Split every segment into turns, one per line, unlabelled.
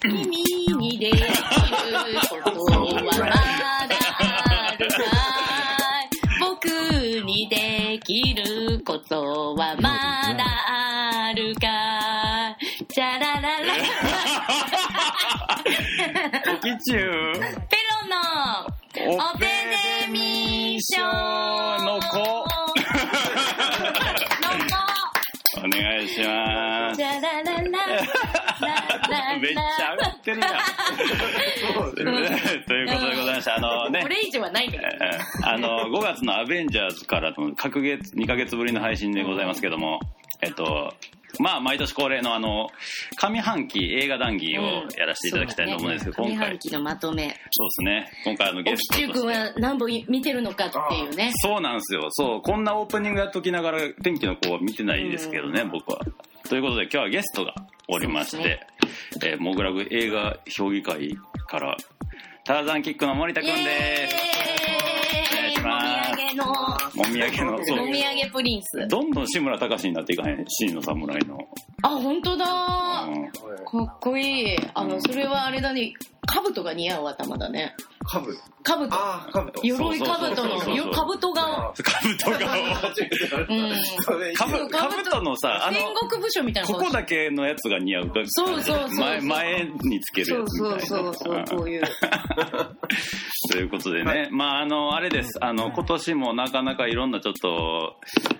君にできることはまだあるかい僕にできることはまだあるかいチャラララ
おきちゅう
ペロのオペデミー賞
の子
の子
お願いしま
チ
す
ャラララララ
めっちゃ上がってるやんということでございましてあのね
これ以上はないけど
えーあの5月の「アベンジャーズ」からの各月2ヶ月ぶりの配信でございますけどもえっとまあ毎年恒例のあの上半期映画談義をやらせていただきたいと思うんですけど、
そうだね上
今回
半期のまとめ
そうですね今回あの
お
ゲ
き
ストと
ちゅうくん
して
は何本見てるのかっていうね
そうなんですよそうこんなオープニングやっときながら天気の子は見てないですけどね、僕はということで今日はゲストがおりまし
そ
て、
うで
えーモグラグ映画評議会からターザンキックの森田くんです
イエーイ
お願い
も
もみあげの
みあげの
そう
もみあげプリンス
どんどん志村隆になっていかへん C の侍の、
あ本当
う
だ
ん
かっこいいあのそれはあれだね兜が似合う頭だね
カブ。
兜
ああ、カブと。
鎧兜
そうそうそうそ
の
う
よ兜が
兜 が
うん
それ
かぶかぶとのさあの
戦国武将みたいな
こ
顔
こだけのやつが似合う
そうそうそうそう
前前につける
そ
や
う
つみ
そ
たいうな
そうそうこういう
ということでね、まああのあれですあの今年もなかなかいろんなちょっと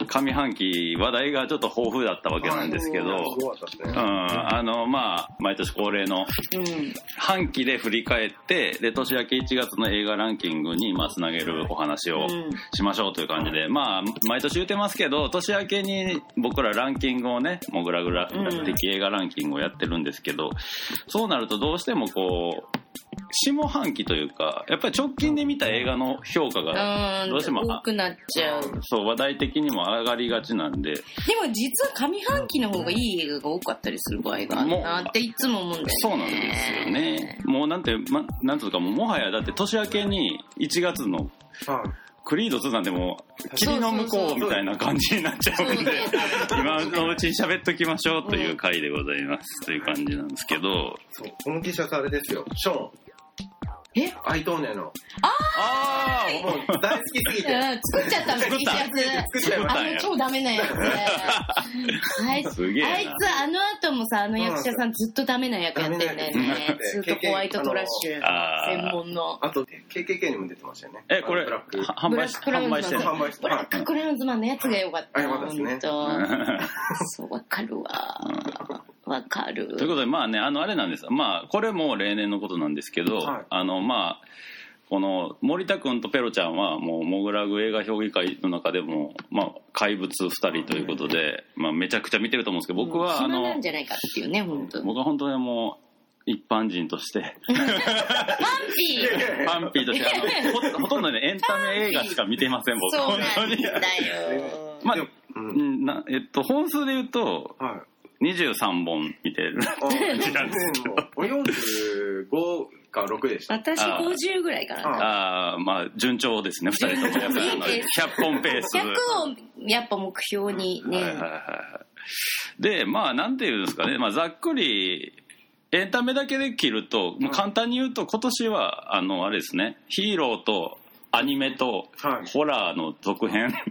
上半期話題がちょっと豊富だったわけなんですけど、
す
う
ごかったです
ん、
ね。
あのまあ毎年恒例の
うん
半期で振り返ってで年明け1月の映画ランキングにまあつなげるお話を
うん
しましょうという感じで、まあ毎年言ってますけど年明けに僕らランキングをねもうグラグラ
うん
的映画ランキングをやってるんですけど、そうなるとどうしてもこう下半期というかやっぱり直近で見た映画の評価が、
うん
どうしても
多くなっちゃうでも
そう話題的にも上がりがちなんで
実は上半期の方がいい映画が多かったりする場合があるなっていつも思うんだよね
そうなんですよねもうなんて、ま、なんとかもうもはやだって年明けに1月のクリード2なんてもう霧の向こうみたいな感じになっちゃうんで今のうちに喋っときましょうという回でございますという感じなんですけど
そう。この T シャツあれですよ。ショーン。
え
アイトーネの。
あ
もう大好きすぎ て。
うん作っちゃったの、T
作っ
シ
た
ャツ。
作っちゃいま
した
あの超ダメなやつ。あいつ、
すげえな
あいつ、あの後もさ、あの役者さんずっとダメな役やってんだよ
ダメな
ね
役。
ずっとホワイトトラッシュ
あー
専門の。
あと、KKK にも出てましたよね。
えこれ
ブラック。
販売し
ブラック
販売してんの
販売して
ブラッ
た。
ククラウンズマンのやつが良かっ
あ
た。
よかったですね
本当。
うん
そう、わかるわ。わかる。
ということでまあねあのあれなんですまあこれも例年のことなんですけど、
はい
あのまあこの森田君とペロちゃんはもうモグラグ映画評議会の中でも、まあ、怪物2人ということで、まあ、めちゃくちゃ見てると思うんですけど僕はあ
うん
の
暇なんじゃないかっていうね、本当。パン
僕は本当にもう一般人として
ピー
パンピーとして あのほほとんどねエンタメ映画しか見てません僕
そう
本
な
当
んだ
に
よ。
まあ
でもう。
うんんなえっと本数で言うと
はい。
23本見てる
あ俺45か6でした。
私
あー
50ぐらいかな。
あーまあ順調ですね2人ともやっぱりあの
いいで
100本ペース
100をやっぱ目標にね。
はいはいはいはいでまあなんていうんですかね、まあ、ざっくりエンタメだけで切ると、まあ簡単に言うと今年はあのあれですねヒーローとアニメと
はい
ホラーの続編
ってい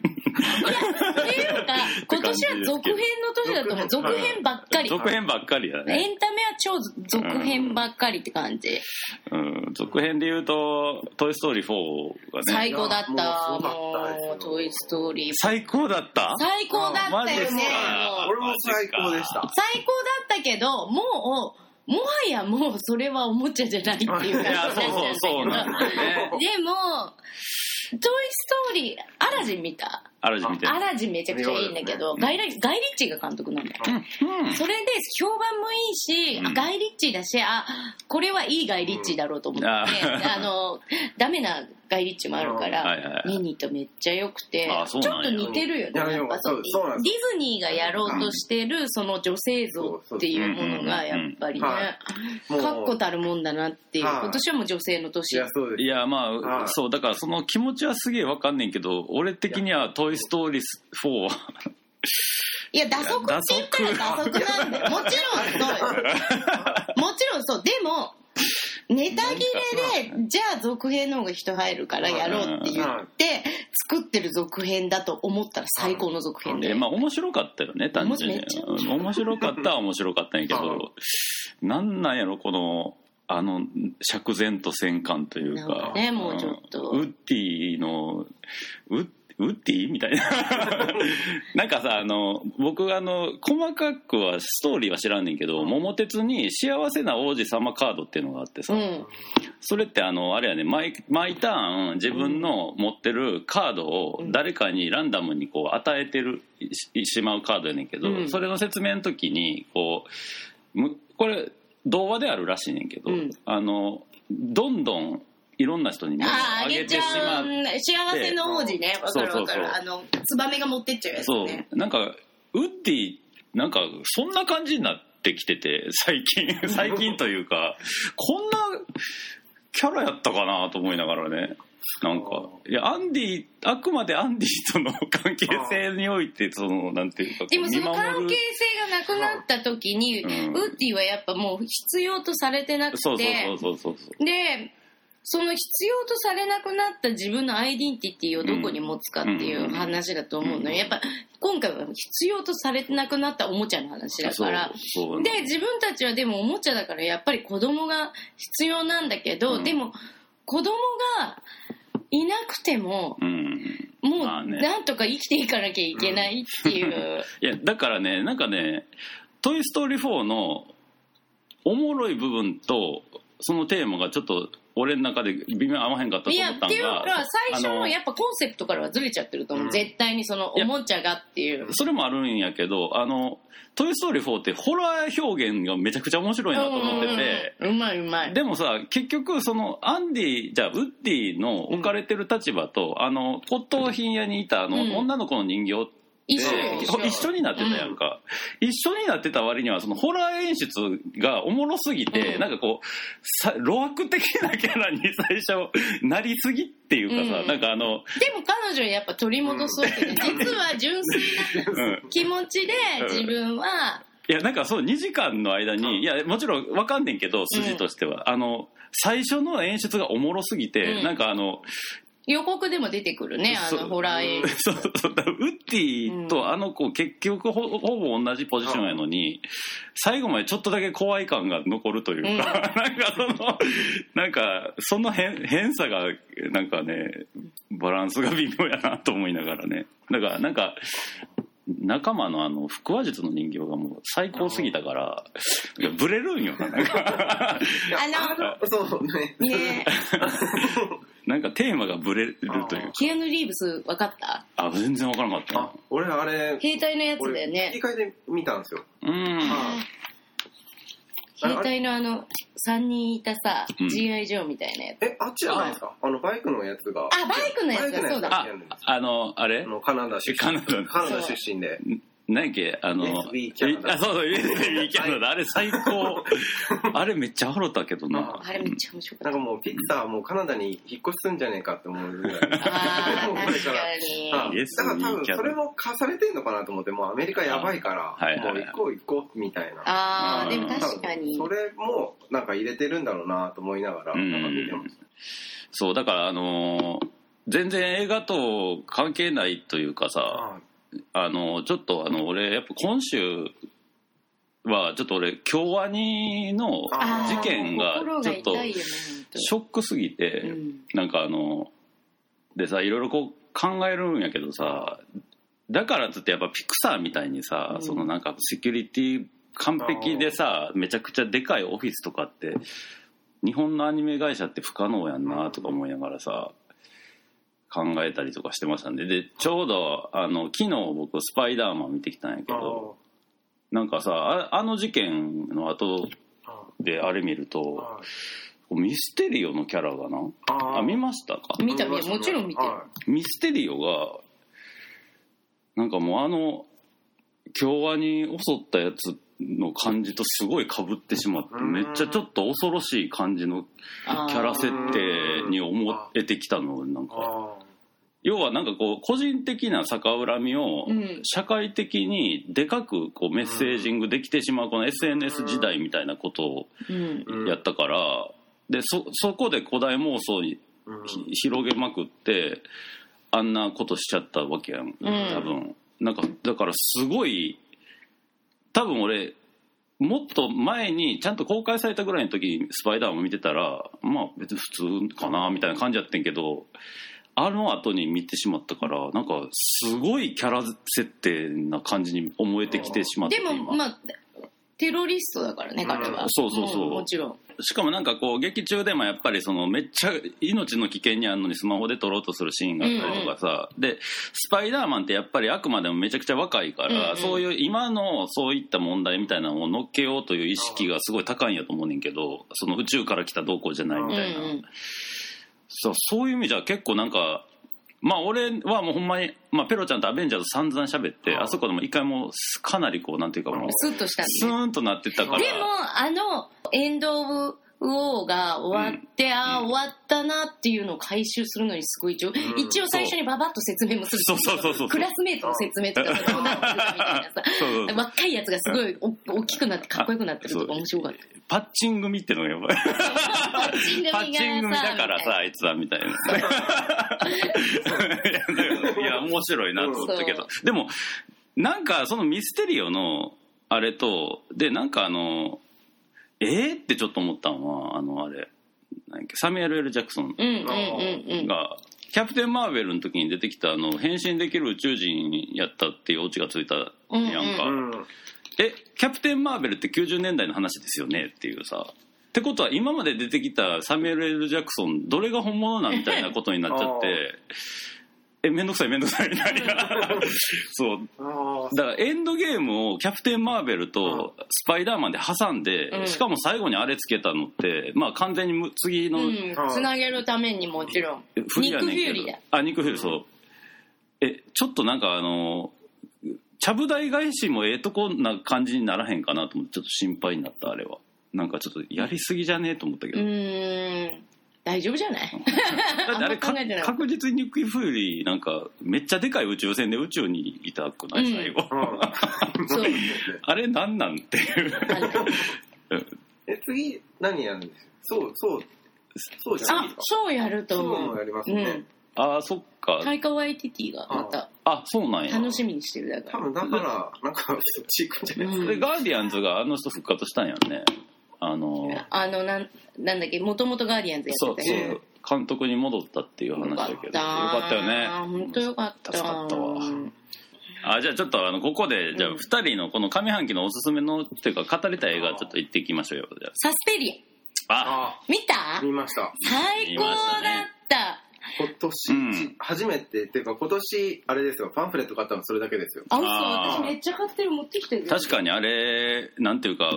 うか今年は続編の年だと思う続編ばっかり
続編ばっかりだね
エンタメは超続編ばっかりって感じ、
うん、続編で言うと「トイ・ストーリー4」がね
最高だった
もうす
も
ごかったですよ
う「トイ・ストーリー」
最高だった
最高だ
マ
った
ジで
よ
す
ね
か
もう
俺も最高でした。
最高だったけどもうもはやもうそれはおもちゃじゃないっていう感じ
い
になっちゃ
や
った
そうそうそうなんだよ
で
ね
も「トイ・ストーリー」「アラジン」見た
あるじ見てる
アラジンめちゃくちゃいいんだけど、
うん
ガイラガイリッチーが監督なんだよ。
うん
それで評判もいいし、
うん
ガイリッチーだし、あ、これはいいガイリッチーだろうと思って、
うん
あ
あ
の、ダメなガイリッチーもあるか
うんはいはいは
ら、
い
ミニとめっちゃ良くて
あ、
ち
そ
ょ
う
っ
なん
と
や
似てるよね。
うん
やっぱそう
いやいやそうそうなん
デ
で
ィズニーがやろうとしてる、その女性像っていうものが、やっぱりね
うんうんうんはい、もう
確固たるもんだなっていう、
はい
今年はもう女性の
い
年。
や、そうです。
いやまあ、
はい
そうだからその気持ちはすげえわかんねんけど俺的には「トイ・ストーリー4」は
いや、打足って言ったら打足なんで、もちろんそうよ。もちろんそう。でも、ネタ切れで、じゃあ続編の方が人入るからやろうって言って、作ってる続編だと思ったら最高の続編で
え。まあ面白かったよね単純
め
に
っちゃ
うん面白かったは面白かったんや けどなんなんやろこのあの釈然と戦感という
なん
か
かねもうちょっと
うんウッディのウッウッディみたいな なんかさあの僕あの細かくはストーリーは知らんねんけど「桃鉄」に「幸せな王子様カード」っていうのがあってさ、
うん。
それってあのあれやね毎毎ターン自分の持ってるカードを誰かにランダムにこう与えてるししまうカードやねんけど、
うん
それの説明の時にこうむこれ童話であるらしいねんけど、
うん
あのどんどんいろんな人に
ああ、あ
あ
げちゃう。幸せの王子ね。わかるわかる。
そうそうそう
あの、ツバメが持ってっちゃうやつ
そ
ね。
うなんかウッディなんかそんな感じになってきてて最近 最近というかこんなキャラやったかなと思いながらねなんかいやアンディあくまでアンディとの関係性においてそのなんていうか
でもその
見守
関
る
係性がなくなった時に、
うん
ウッディはやっぱもう必要とされてなくて、
そうそうそうそうそう
でその必要とされなくなった自分のアイデンティティをどこに持つかっていう話だと思うのよ、
うん
やっぱ今回は必要とされてなくなったおもちゃの話だから
そうそう
で自分たちはでもおもちゃだからやっぱり子供が必要なんだけど、
うん
でも子供がいなくても
うん
もう
まあね
なんとか生きていかなきゃいけないって いう、
いやだからねなんかね「トイ・ストーリー4」のおもろい部分とそのテーマがちょっと俺の中で微妙に合わへんかった
い
と
や
思っ
った
ん
ていう
が
か最初
あ
の
の
やっぱコンセプトからはずれちゃってると思う、
うん
絶対にそのおもちゃがっていう。
それもあるんやけど「あのトイ・ストーリー4」ってホラー表現がめちゃくちゃ面白いなと思ってて。
うんうんうんうまいうまい
でもさ結局そのアンディじゃあウッディの置かれてる立場と、あの骨董品屋にいたあの、
うん
女の子の人形
一緒
え
よ
え
一緒一緒になってたやんか、一緒になってた割にはそのホラー演出がおもろすぎて、
うん
なんかこうさ露悪的なキャラに最初なりすぎっていうかさ、
うん
なんかあの、
でも彼女はやっぱ取り戻そうって、実は純粋な
うん、
気持ちで
うん
自分はい
やなんかそう2時間の間に、いやもちろんわかんねんけど筋としては、あの最初の演出がおもろすぎて、
うん
なんかあの
予告でも出てくるねあ
そ
の
う
ホラー映
そうそうだからウッディとあの子、結局ほほぼ同じポジションやのに、最後までちょっとだけ怖い感が残ると いうか、なんかそのなんかその変変さがなんかねバランスが微妙やなと思いながらねだからなんか仲間のあの腹話術の人形がもう最高すぎたからいやブレるんよななん
あ
か
の
そうね。
画ねえ
なんかテーマがブレるという
キアヌ・リーブス分かった
あ全然わからなかった
あ
な、
俺あれ、
兵隊のやつだよ
俺切
ね
り替えで見たんですよ。
うん
ああれ
兵隊のあの3人いたさ
うん
GI ジョーみたいなやつ
え、あっちじゃないですかあの、バイクのやつが。
あバイクのやつだそうだ
ああのあれ
あの、カナダ出身。
カナダの
カナダ出身で。
何やっけあの
USB キャナダ
あそうそう USB キャナダあれ 最高あれめっちゃ笑ったけどな
あれめっちゃ面白か
な
っ
ん
た
かもう、ピクサーもうカナダに引っ越しすんじゃねえかって思うぐらい。
あー確か に
あ
イエス
だから多
いい
分
キャラ
それも貸されてんのかなと思ってもうアメリカやばいか
はいはい
らも
は
う
い
行こう行こうみたいな
あーでも
多
確か
分
に
それもなんか入れてるんだろうなと思いながら
うん
なんか見てます
そうだからあのー全然映画と関係ないというかさ
あ
あのーちょっとあの俺やっぱ今週はちょっと俺京アニの
あー
事件が
心
ちょっと
痛いよね
ショックすぎて、
本当うん
なんかあのでさいろいろこう考えるんやけどさだからっつってやっぱピクサーみたいにさ、
うん
そのなんかセキュリティ完璧でさめちゃくちゃでかいオフィスとかって日本のアニメ会社って不可能やんなとか思いながらさ考えたりとかしてましたんででちょうどあの昨日僕「スパイダーマン」見てきたんやけ
あ
どなんかさああの事件の後
あ
であれ見ると
あ
ミステリオのキャラがな
あ
あ見ましたか
見た見たもちろん見てる
はい
ミステリオがなんかもうあの京アニ襲ったやつの感じとすごい被ってしまって
うん
めっちゃちょっと恐ろしい感じのキ
あー
ャラ設定に思えてきたのなんか
あ
要はなんかこう個人的な逆恨みを
うん
社会的にでかくこうメッセージングできてしまうこの SNS 時代みたいなことを
うん
うん
やったから、でそそこで古代妄想に
うん
ひ広げまくってあんなことしちゃったわけやん
うん
多分なんかだからすごい多分俺もっと前にちゃんと公開されたぐらいの時に「スパイダーマン」見てたらまあ別に普通かなみたいな感じやってんけどあの後に見てしまったからなんかすごいキャラ設定な感じに思えてきてしまって
でも
今
まあテロリストだからね彼は、
うん
そうそうそうん
もちろん
しかもなんかこう劇中でもやっぱりそのめっちゃ命の危険にあるのにスマホで撮ろうとするシーンがあったりとかさ、でスパイダーマンってやっぱりあくまでもめちゃくちゃ若いから、
うんうん
そういう今のそういった問題みたいなのを乗っけようという意識がすごい高いんやと思うねんけどその宇宙から来たどうこうじゃないみたいな、
うんうん
そうそういう意味じゃ結構なんかまあ俺はもうほんまに、まあ、ペロちゃんとアベンジャーズ散々喋って
うん
あそこでも一回もうかなりこうなんていうかもう
スッとしたん
ス
で
ーンとなってたから。
でもあのエンド・オブ・ウォーが終わって、ああ終わったなっていうのを回収するのにすごい上、
ん
一応最初にババッと説明もする
そうそうそうそう
クラスメートの説明とかどうなってるかみたいな さ
そうそうそう
若いやつがすごいお大きくなってかっこよくなってるとか面白かった
パッチン組ってのがやばい
パッチン組が
パッチン組だからさ、あいつはみたいな。 いや、面白いなと思ったけど。でも、なんかそのミステリオのあれと、で、なんかあの、えー、ってちょっと思ったのは、あの、あれ、なんやっけサミュエル・ L ・ジャクソン
うんうんうんうん
が、キャプテン・マーベルの時に出てきた、あの、変身できる宇宙人やったっていうオチがついたやんか。
うん
うん
えキャプテン・マーベルって90年代の話ですよねっていうさってことは今まで出てきたサミュエル・ L ・ジャクソンどれが本物なんみたいなことになっちゃってえめんどくさいめんどくさい みたいなそう
あ
だからエンドゲームをキャプテン・マーベルとスパイダーマンで挟んで、
うん
しかも最後にあれつけたのってまあ完全にむ次の
うん、つなげるためにもちろん
フリやねんけど
ニックフューリーだ
あニックフューリーそうえちょっとなんかあのちゃぶ台返しもええとこな感じにならへんかなと思ってちょっと心配になったあれはなんかちょっとやりすぎじゃねえと思ったけ
う
ど、
ーん大丈夫じゃない
だってあれ
あんま考えてない
か確実にニックフューリーなんかめっちゃでかい宇宙船で宇宙にいたくない
うん
最後、
うん
そう
あれなんなんっていう
え次何やるんですそうそうそうじゃない
あ
ですか
そうやると
そう
思
も
う
やりますね、
うん
ああそっか
タイカワイティティがまた
あそうなんや
楽しみにしてるだか
多
ら
分だからなんかそっち行くんじゃないですか、
でガーディアンズがあの人復活したんやんねあの
あのなんなんだっけもともとガーディアンズや
そ
っ
う
てた
そ
よ
う監督に戻ったっていう話だけどよかったよね
本当よかった
助かったわ
うん
あじゃあちょっとあのここでじゃあ
うん
2人のこの上半期のおすすめのっていうか語りたい映画ちょっと言っていきましょうよじゃ
サスペリ
ああ
あ
ア見た
見ました
最高だった
今年、
うん
初めてっていうか今年あれですよパンフレット買ったのそれだけですよ
あ嘘
あー
私めっちゃ買ってる持ってきてる
確かにあれなんていうか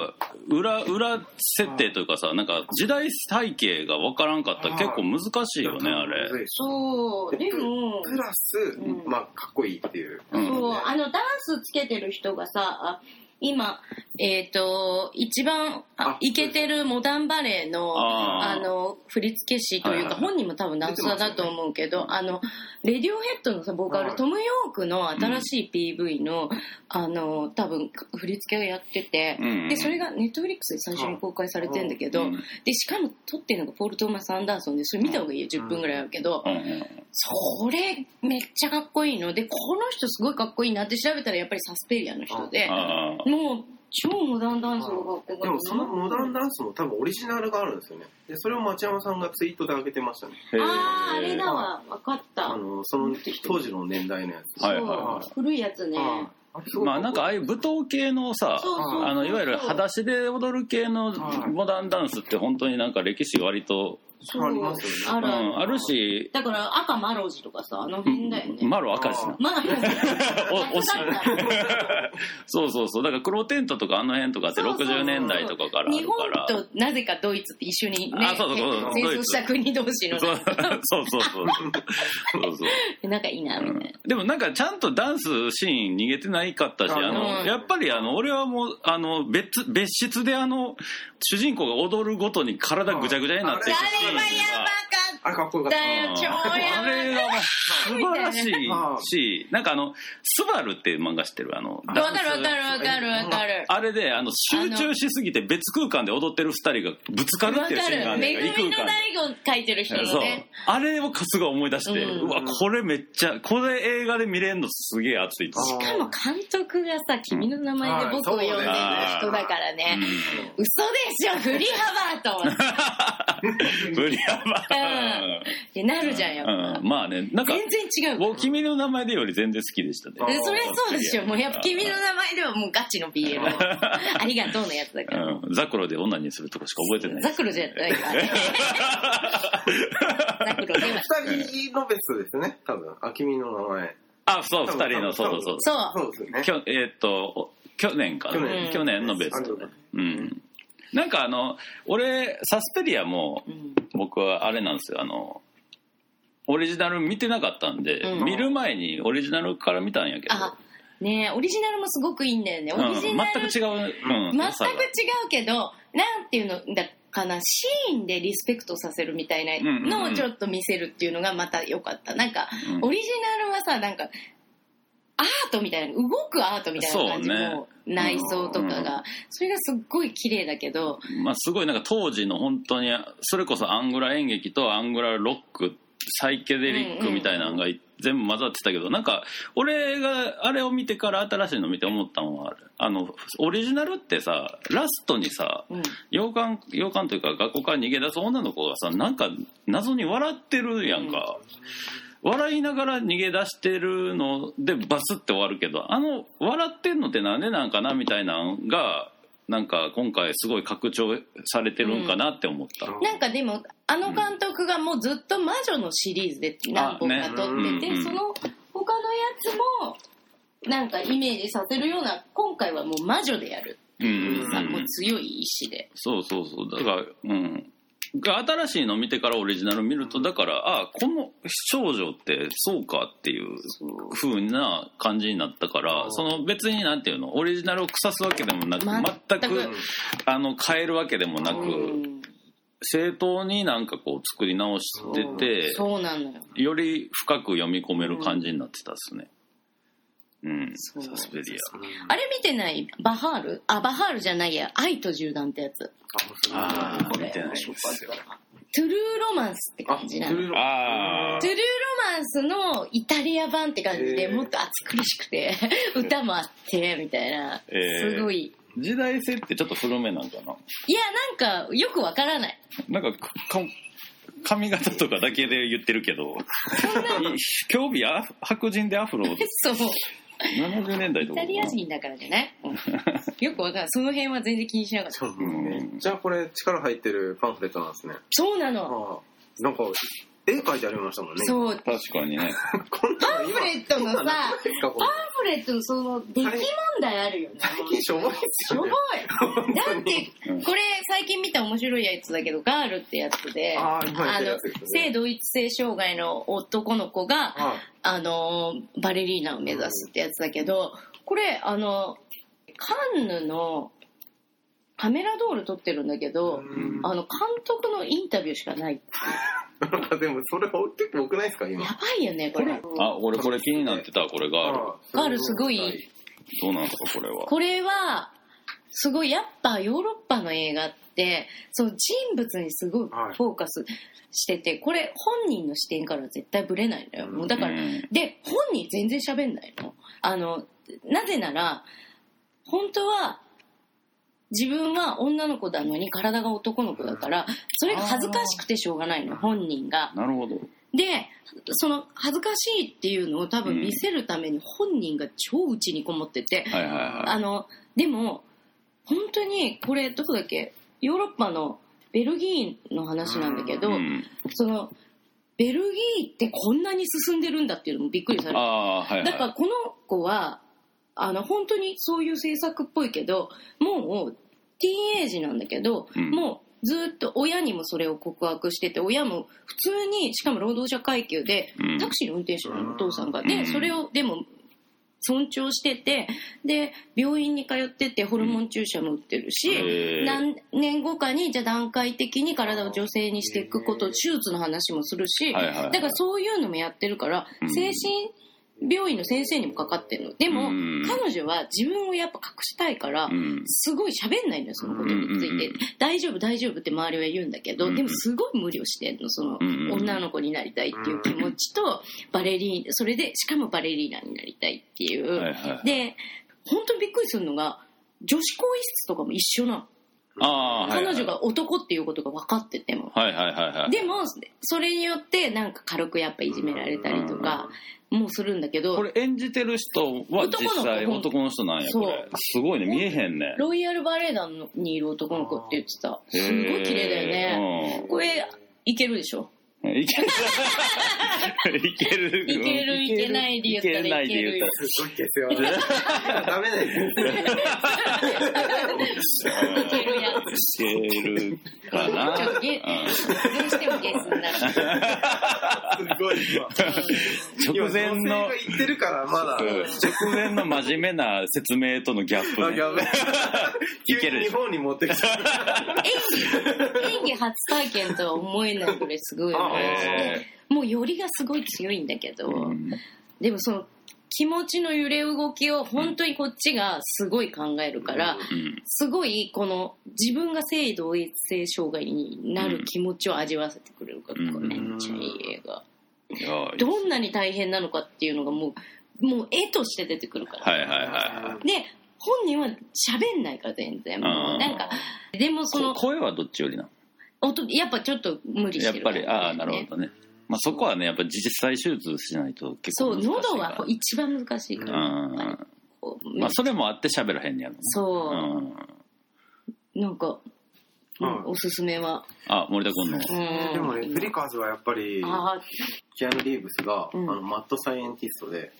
裏裏設定というかさなんか時代背景が分からんかったら結構難しいよねあれ、
そうでも
プラス、
ん
まあかっこいいっていう
うん、
そう、あの、ダンスつけてる人がさ、あ今、えっ、と、一番あ
あ
イケてるモダンバレエの、あ
あー
の、振付師というか、
はいはい
本人も多分ダンサーだと思うけど、あの、レディオヘッドのさ、ボーカル、
はい
トム・ヨークの新しい PV の、あの、多分、振り付けをやってて、
うん
で、それがネットフリックスで最初に公開されてんだけど、
うん
で、しかも撮ってるのがポール・トーマス・アンダーソンで、それ見た方がいいよ、10分ぐらいあるけど、
うんうん
それめっちゃかっこいいのでこの人すごいかっこいいなって調べたらやっぱりサスペリアの人で
ああ
もう超モダンダンスがかっこよかった
でもそのモダンダンスも多分オリジナルがあるんですよねでそれを町山さんがツイートで上げてましたね
へえ
あああれだわ分かった
あのその当時の年代のやつ
はいはい
そ
は
う古いやつね
ああれすごい
まあなんかああいう舞踏系のさ
そうそうそう
あのいわゆる裸足で踊る系の
はい
モダンダンスって本当になんか歴史割と、
そう
ありますよ
あ
う
るある
ん、あるし、
だから赤マロジとかさあの辺だよね
マロ赤しな
マロジ
お惜しいそうそうそうだから黒テントとかあの辺とかって
そうそうそう
60年代とかからあ
日
るから
本となぜかドイツって一緒にね
あそうそうそう
戦争した国同士の
そう そうそうそうそうそう、
なんかいいなみたいな、
うんでもなんかちゃんとダンスシーン逃げてないかったしあの、
うん
やっぱりあの俺はもうあの別別室であの主人公が踊るごとに体ぐちゃぐちゃになっていくシ
あれはやばかっ
ーンが
あれかっこよかっ
だよ超や
あ
ばい
れが素晴らし
みたいない
し、なんかあの、スバルっていう漫画知ってるあの、
わかるわかるわかるわかる
あれで、あの、集中しすぎて別空間で踊ってる二人がぶつか
わ
る
か
っていうシーンがあ
る
んね
め
ん
ぐ
か異
みの
空間
大悟書いてる人
で。
の
そう
ね。
あれをすごい思い出して、
う
うんわ、これめっちゃ、これ映画で見れんのすげえ熱いと思
あ
う
ー
しかも監督がさ君の名前で僕を呼んでる人だからね嘘でしょ振り幅と思って
うん。無理やば。
ってなるじゃんやっぱ
うんまあね、なんか、
全然違う
僕、君の名前でより全然好きでしたね。
あ
えそれそうでしょもうやっぱ君の名前ではもうガチの BM ありがとうのやつだから、
うんザクロで女にするとこしか覚えてない
ザクロじゃないから ねザクロでは
た二人のベストですね多分あ君の名前
あ、そう、
多
二
分
人の、そうそうそう。
そう
そうですよね
きょえーっと、去年かな
去
年
去年のベストね。うん。なんかあの、俺、サスペリアも、
うん
僕はあれなんですよ、あの、オリジナル見てなかったんで、
うん
見る前にオリジナルから見たんやけど、
あねえオリジナルもすごくいいんだよねオ
うん、
リジナル、
全く違う、うん、
全く違
良さが
うけどなんていうのだかなシーンでリスペクトさせるみたいなのをちょっと見せるっていうのがまた良かったなんか、
うん
オリジナルはさなんかアートみたいな動くアートみたいな感じ
そうね
の内装とかがそ,、
うん
れがすっごい綺麗だけど
まあ、すごいなんか当時の本当にそれこそアングラ演劇とアングラロックサイケデリックみたいなのが全部混ざってたけど、なんか俺があれを見てから新しいの見て思ったのはあのオリジナルってさラストにさ
うん
洋館洋館というか学校から逃げ出す女の子がさなんか謎に笑ってるやんか、笑いながら逃げ出してるのでバスって終わるけどあの笑ってんのってなんでなんかなみたいなのがなんか今回すごい拡張されてるんかなって思った、
うん
なんかでもあの監督がもうずっと魔女のシリーズで何本か撮ってて、
あねうんうん
その他のやつもなんかイメージさせるような今回はもう魔女でやる
うんうん
さ、
うん
もう強い意志で
そうそうそうだからうんが新しいの見てからオリジナル見るとだからああこの少女ってそうかっていう風な感じになったから
うん
その別になんていうのオリジナルを腐すわけでもなく
全
全
く
くあの変えるわけでもな
う
く
ん
正当になんかこう作り直してて
そうなのよ
より深く読み込める感じになってたっすねうん
そう
サスペリ
あれ見てないバハールあバハールじゃないや愛と銃弾ってやつ
あー
これ
見てない
面白かったよ
トゥルーロマンスって感じなの
アああ
トゥルーロマンスのイタリア版って感じで
へー
もっと暑苦しくて歌もあってみたいな
へー
すごい
時代性ってちょっと古めなんかない
やなんかよくわからない
なんかかか髪型とかだけで言ってるけど興味あ白人でアフロ
そう
70年代
イ
とか
タリア人だからじゃない、うんよくわからないその辺は全然気にしなかった
そうですねじゃあこれ力入ってるパンフレットなんですね
そうなの
ああなんか絵描いてありましたもんね
そうパ
確かにね
こんな
ン
の
フ
今
レットのさ
ですかこ
パンフ
れ
レットのその出来問題あるよね
最近しょぼいっす
しょ
よ
ぼい
ね
だって
うん
これ最近見た面白いやつだけどガールってやつで
あー今言っ
あ
たや
の
つですね
性同一性障害の男の子が
あ
あのバレリーナを目指すってやつだけどこれあのカンヌのカメラドール撮ってるんだけ
あ
ど
うん
あの監督のインタビューしかない
なんかでもそれ結構多くないですか
や
今
ばいよねこれ
あ俺これ気になってたこれがある
ガールすごい
どうなんですかこれは
これはすごいやっぱヨーロッパの映画ってその人物にすごい
はい
フォーカスしててこれ本人の視点から絶対ブレないのよもうだから
うん
で本人全然喋んないのあのなぜなら本当は自分は女の子なのに体が男の子だからそれが恥ずかしくてしょうがないの本人が
なるほど
でその恥ずかしいっていうのを多分見せるために本人が超内にこもってて
はいはいは
あのでも本当にこれどこだっけヨーロッパのベルギーの話なんだけ
い、
ど、
うん、
そのベルギーってこんなに進んでるんだっていうのもびっくりされる
ああーはいはい
だからこの子はあの本当にそういう制作っぽいけどもうティーンエイジなんだけど、
うん
もうずっと親にもそれを告白してて親も普通にしかも労働者階級で
うん
タクシーの運転手なのお父さんが、
う
で
ん
それをでも尊重しててで病院に通っててホルモン注射も打ってるし、
へー
何年後かにじゃあ段階的に体を女性にしていくこと
へー
手術の話もするし、
はいはいはい
だからそういうのもやってるから、
うん
精神病院の先生にもかかってるのでも、
うん
彼女は自分をやっぱ隠したいから、
うん
すごい喋んないんだよそのことについて、
うんうんうん
大丈夫大丈夫って周りは言うんだけど、
うんうん
でもすごい無理をしてんのその、
うんうんうん
女の子になりたいっていう気持ちとバレリーナそれでしかもバレリーナになりたいっていう、
はいはい
で本当にびっくりするのが女子更衣室とかも一緒なの、
ああーはいは
彼
い
女が男っていうことが分かってても、
はいはいはいはい
でもそれによってなんか軽くやっぱいじめられたりとかもするんだけど、
これ演じてる人は
男の子
実際男の人なんやこ
そ
れ
う
すごいね見えへんね
ロイヤルバレエ団にいる男の子って言ってたすごい綺麗だよね
ね
これいけるでしょ
いける。 いける。
いけるいけないで言ったらいけるよ
すごいですよ。ダメです。
い
い
けるやつ
いけるかな。
ちょっとゲどうしてもゲスになる
すごい。
うん直前の
今女性が、言ってるから、まだ。
直前の真面目な説明とのギャップ
あ
ね。
や
い
べ
ける
急に日本に持ってきた。
演技初体験とは思えないぐらいすごいよねもうよりがすごい強いんだけど、
うん
でもその気持ちの揺れ動きを本当にこっちがすごい考えるから、
うん
すごいこの自分が性同一性障害になる気持ちを味わわせてくれるから、
うん
めっちゃいい映画、
いやはい
どんなに大変なのかっていうのがもうもう絵として出てくるから、
はいは
で本人は喋んないから全然も
あ
う
ー
なんかでもそ
い。こ
の
声はどっちよりな
音やっぱちょっと無理し
やって
る
ぱ
感じ
り、
だよね
ああ、なるほどね。まあそこはね、やっぱ実際手術しないと結
そ
構
う
難しいから。
喉は一番難しいから、
うん。
こう
まあそれもあって喋らへんねやろ。
そうう、
ん。
なんか、うん
うん
おすすめは、
あ、森田君の。
うん、
でもね、フリカーズはやっぱり、
あ
キアヌ・リーブスが、
うん
あのマッドサイエンティストで、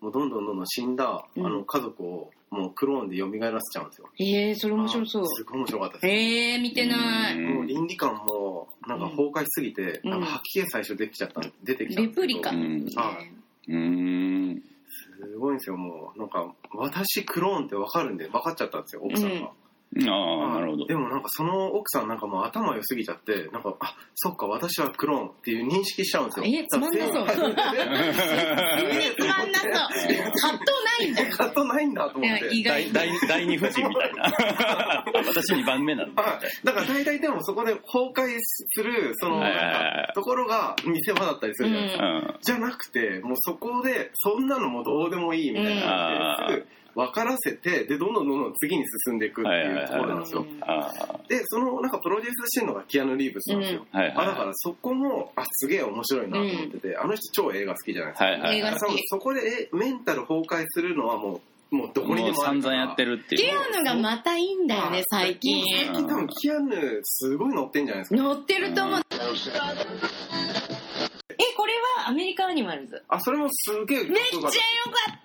もうどんどんどんどん死んだ、
うん
あの家族をもうクローンで蘇らせちゃうんですよ。
ーえー、それ面白そう
あすごい面白かったです。
えー、見てな
う
い
ん
もう倫理観もなんか崩壊しすぎて、
うん
なんか吐き気最初できちゃった出てきた
レ
んですけど
プリカ、
うん
あ
うーん。
すごいんですよもうなんか私クローンって分かるんで分かっちゃったんですよ奥さんが、
ああ、なるほど
で。もなんかその奥さんなんかもう頭良すぎちゃってなんかあそっか私はクローンっていう認識しちゃうんですよ
えつまんなそう
だから全然
えーつまんなそう葛藤ないんだ
カットないんだと思って
いや意外
第第第二夫人みたいな。 私2番目なんだ。
はいだから大体でもそこで崩壊するその
うん
はいはい
なんかところが見せ場だったりするじゃないですか、
は
じゃなくてもうそこでそんなのもうどうでもいいみたいな感じ
う
で、すぐ分からせてでどんどんどんどん次に進んでいくっていうところなんですよ、
い。うん。ああ
でそのなんかプロデュースしてるのがキアヌ・リーブスなんですよ、
ー。はい
あだか
は
らそこもあすげえ面白いなと思ってて、あの人超映画好きじゃないで
い。
すか、
はいは
映
い
画
は
好き
多分そこでえメンタル崩壊するのはもうもうど
い。
こにで
も
も
う散々やって
る
るって
キ
いう。
アヌがまたいいんだよね最近
最近多分キアヌすごい乗ってんじゃないですか
乗ってると思うえこれはアメリカアニマルズ
あそれもすげえ
めっちゃ良かっ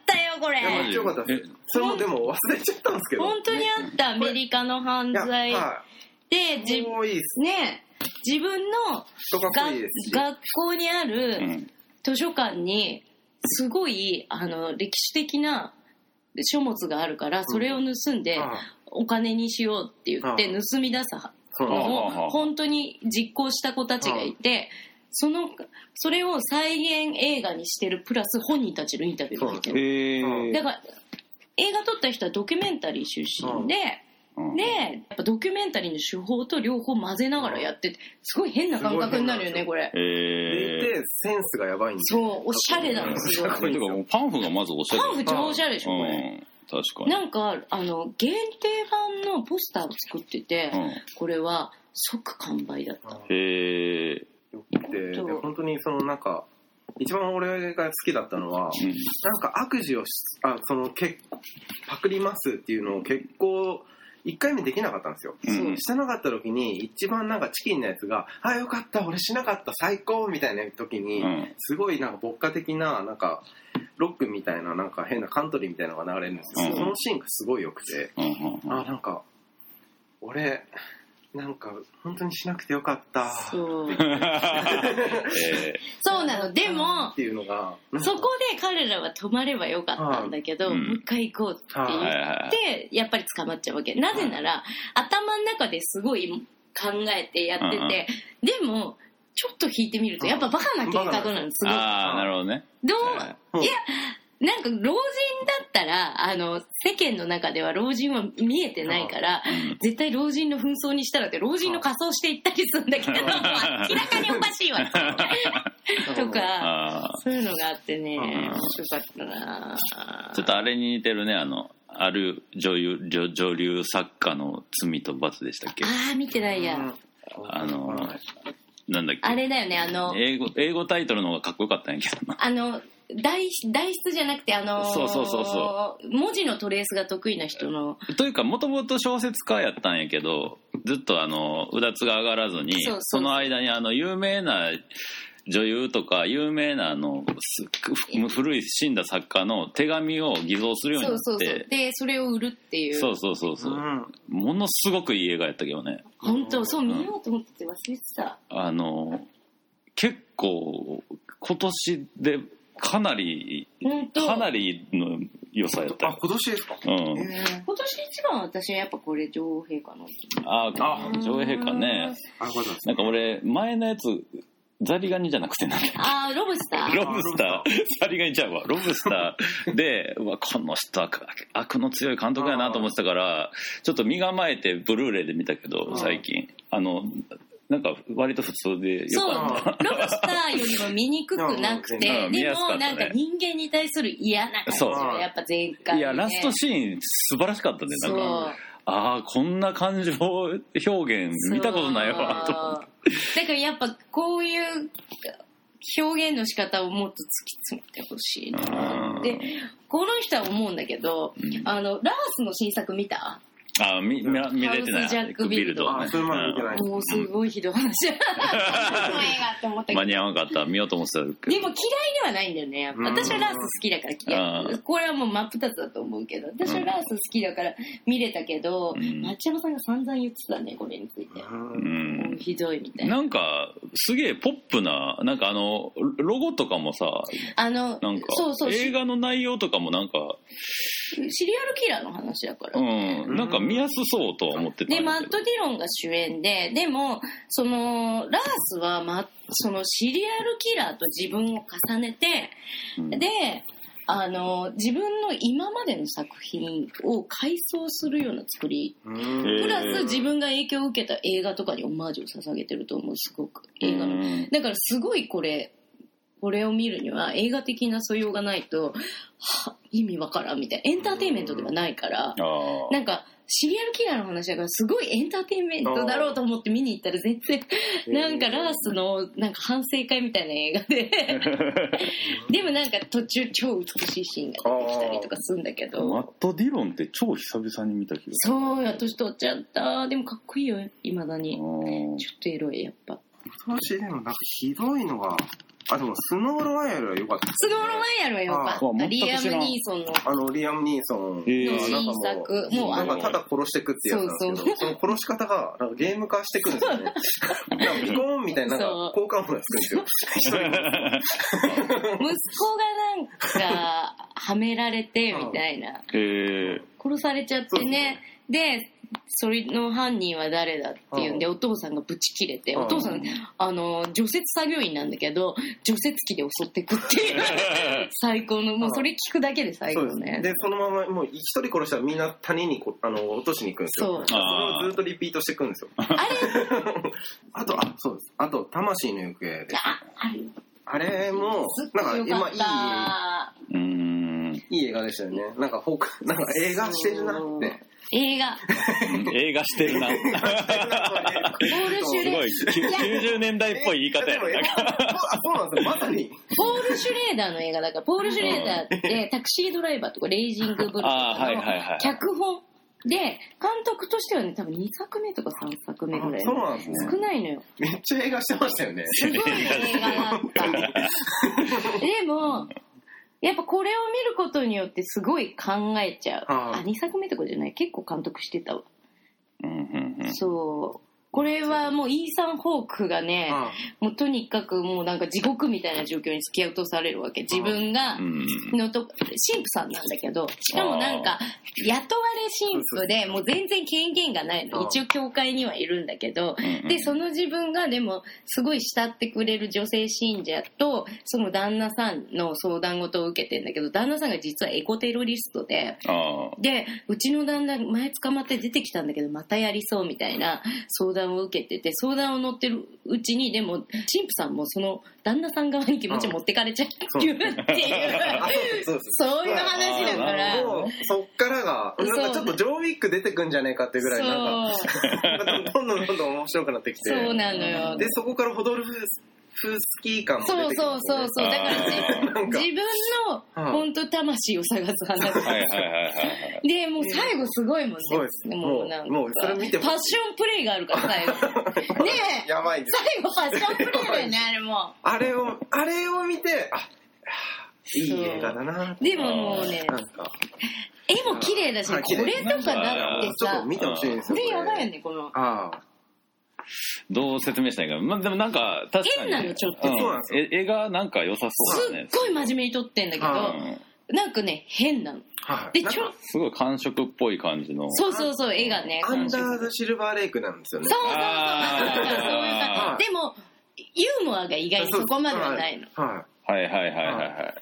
たよこれ
いやめっちゃ良かったですそれもでも忘れちゃったんですけど
本当にあったアメリカの犯
いやは
罪
い
でじ
すごいっす
ね自分の
人が
が
っこいいですし
学校にある、
うん。
図書館にすごいあの歴史的な書物があるからそれを盗んで
あ
お金にしようって言って
う
盗み出す
そう
あ
のを
ああ
本当に実行した子たちがいてそのそれを再現映画にしてるプラス本人たちのインタビューが入ってる
へえ。
だから映画撮った人はドキュメンタリー出身で
うん
でやっぱドキュメンタリーの手法と両方混ぜながらやっててすごい変な感覚になるよねこれ。
へえ。
でセンスがやばいんで
そうおしゃれなのすごい
かっこいい
て
ですよ
かパンフがまずおしゃれ。
パンフ超おしゃれでしょこれ。
うん。確かに。
なんかあの限定版のポスターを作ってて、
う
これは即完売だった、
ん。へえ。
よくてで本当にそのなんか一番俺が好きだったのは
うん
なんか悪事をしあその結パクりますっていうのを結構1回目できなかったんですよ
うん
してなかった時に一番なんかチキンなやつが「あよかった俺しなかった最高」みたいな時に、
うん
すごいなんか牧歌的ななんかロックみたいななんか変なカントリーみたいなのが流れるんですけど、
うん
そのシーンがすごい良くて、
うんうんうん
あなんか俺なんか本当にしなくてよかった
そう
え
そうなのでも
っていうのがなんか
そこで彼らは止まればよかったんだけど、
うん
もう一回行こうって言
ーはいはいは
っ
い
てやっぱり捕まっちゃうわけなぜなら頭の中ですごい考えてやっててでもちょっと引いてみるとやっぱバカな計画なのすごい
ああなるほどね
ど
は
う
い
うん
いやなんか老人だったらあの世間の中では老人は見えてないから
うん
絶対老人の紛争にしたらって老人の仮装していったりするんだけど
うん
明らかにおかしいわとか
あ
そういうのがあってね
うん
面白かったな
あちょっとあれに似てるねあのある女優女女流作家の罪と罰でしたっけ
あー見てないや、
うん
あのーなんだっけ
あれだよねあの
英語英語タイトルの方がかっこよかったんやけどな
あの代代筆じゃなくてあのー
そうそうそうそ
文字のトレースが得意な人の
というかもともと小説家やったんやけどずっとあのうだつが上がらずに
そうそう
の間にあの有名な女優とか有名なあのすく古い死んだ作家の手紙を偽造するように
そ
な
うそうそ
っ
う
て
でそれを売るっていう
そうそうそうそう
うん
ものすごくいい映画やったけどね
本当そう
うん
見ようと思ってて忘れてた、
あの結構今年でかなり
本当
かなりの良さやった
あ
よ
今年ですか、
うん
えー
今年一番私はやっぱこれ女王陛下の
ああ上映かね
あよかったです
なんか俺前のやつザリガニじゃなくてなんだっけ
ああロブスター
ロブスター、ザリガニちゃうわ、ロブスターで、うわ、この人は悪悪の強い監督やなと思ってたから、ちょっと身構えて、ブルーレイで見たけ
う
ど、
ん
最近。あの、なんか、割と普通でよ
そう
かっ
ロ
か
ブ
った
スターよりも見にくくなくて、
うんうん見
で
やす
も
かったね
なんか人間に対する嫌な感じ
そ
が
う
やっぱ前
た。
回、ね、
いや、ラストシーン、素晴らしかったね、なんか。
そう
ああ、こんな感情表現、見たことないわ、と思って。
そうだからやっぱこういう表現の仕方をもっと突き詰めてほしいな
うん
でこの人は思うんだけど、
うん
あのラースの新作見た
ああ、見、見ら見れてな
ハウスジャ
い
ッ。クビルド
ね
あそれまで見てない
もうすごいひどい話映画って思った
うん
けど
間に合わなかった、見ようと思ってたけど
でも嫌いではないんだよねやっぱ
うん
私はラース好きだから
う
嫌いこれはもう真っ二つだと思うけど私はラース好きだから見れたけど、
うん
町山さんが散々言ってたねこれについて、
うん
うん
もう。ひどいみたいな
なんかすげえポップななんかあのロゴとかもさ
あの
なんか
そうそう
映画の内容とかもなんか
シリアルキラーの話だから。
うんなんか見やすそうとは思ってたんや
で、
けど
マット・ディロンが主演で、でも、その、ラースは、ま、その、シリアルキラーと自分を重ねて、
うん
で、あの、自分の今までの作品を改装するような作り、
うん
へー
プラス自分が影響を受けた映画とかにオマージュを捧げてると思う、すごく。映画
う
の。
ん
だから、すごいこれ、これを見るには映画的な素養がないと、は意味わからんみたいな。エンターテインメントではないから、
あー
なんか、シリアルキラーの話だから、すごいエンターテインメントだろうと思って見に行ったら、全然、 なんかラースの、なんか反省会みたいな映画で、で もなんか途中超美しいシーンが出てきたりとかするんだけ
マ
ど、
ット・ディロンって超久々に見た気がす
そうや、年取っちゃった。でもかっこいいよ、いまだ
る
に。
うん
ちょっとエロい、やっぱ。
今年でもなんかひどいのがあでもスノーロワイヤルは良かった
スノーロワイヤルはよか
あ
った。
全く
リ
知ら
ア
ん
ム・ニーソンの。
あのリアム・ニーソン
えー
の
なんか
新作もうあ
なん
の
かただ殺してくってやつなんですけどその殺し方がなんかゲーム化してくるんですよねなんかビコーンみたいななんか効果音がつくんですよ一人
息子がなんかはめられてみたいな
へえ
殺されちゃってねでそれの犯人は誰だっていうんでお父さんがブチ切れて
うん
お父さんあの除雪作業員なんだけど 除雪機で襲ってくっていう 最高のもうそれ聞くだけで最
そ
高
うですね
ね
でそのままもう一人殺したらみんな谷にこあの落としに行くんですよ
そう
それをずっとリピートしていくんですよあと あそうですあと「魂の行方」で
ああるよ
あれも
すっ
なん
ご
か
いよか
今
っ
いい
た
うん
いい映画でしたよね。なん か、フォーク、なんか映画してるなって。
映画
映画してるな
ボールシュ
す
レ
ごい90年代っぽい言い方や
でも映
な
画あそうなんですよ、まさに。
ポール・シュレーダーの映画だからポール・シュレーダーってタクシードライバーとかレイジング・ブルーと
あーはいはいは
かの
い
脚本で監督としてはね多分2作目とか3作目ぐらい
そうなんですね。
少ないのよ
めっちゃ映画してましたよね。
すごい映画だ った。でも、やっぱこれを見ることによってすごい考えちゃう。
はい
あ、2作目とかじゃない。結構監督してたわ。
うんうんうん
そこれはもうイーサン・ホークがね、もうとにかくもうなんか地獄みたいな状況に突き落とされるわけ。自分が、のと、神父さんなんだけど、しかもなんか、雇われ神父で、もう全然権限がないの。一応教会にはいるんだけど、で、その自分がでも、すごい慕ってくれる女性信者と、その旦那さんの相談事を受けてんだけど、旦那さんが実はエコテロリストで、で、うちの旦那前捕まって出てきたんだけど、またやりそうみたいな相談を受けてて、相談を乗ってるうちに、でも、神父さんもその旦那さん側に気持ち持ってかれちゃうっていう、そういう話だから。
もう、そっからが、なんかちょっとジョーウィック出てくんじゃねえかってぐらい、なんか、 どんどんどんどん面白くなってきて。
そうなのよ。
で、そこからホドルフ風スキー感 も出て
くる、ね、そうそうそうだから自分の本当魂を探す話でもう最後すごいもんねす
ごいですもうなんかもうそれ見て
ファッションプレイがあるから最 後ね
えやばい
最後ファッションプレイだよねあれも
あれをあれを見てあいい映画だな
でももうね絵も綺麗だし、これとかだってさ、ちょっと
見てほしいんですよ。
で、やばいよね、この。
ああ
どう説明したいか。まあ、でもなんか、確かに。、
変なの、ちょっと。うん、
映画なんか良さそう
ね、すっごい真面目に撮ってんだけど、うん、なんかね、変なの。
はい、でちょすごい感触っぽい感じの
そうそうそう絵がね
アンダーズシルバーレイクなんですよね
そうそうそうそうそういうでもユーモアが意外にそこまではないの、
はい、はいはいはいはいは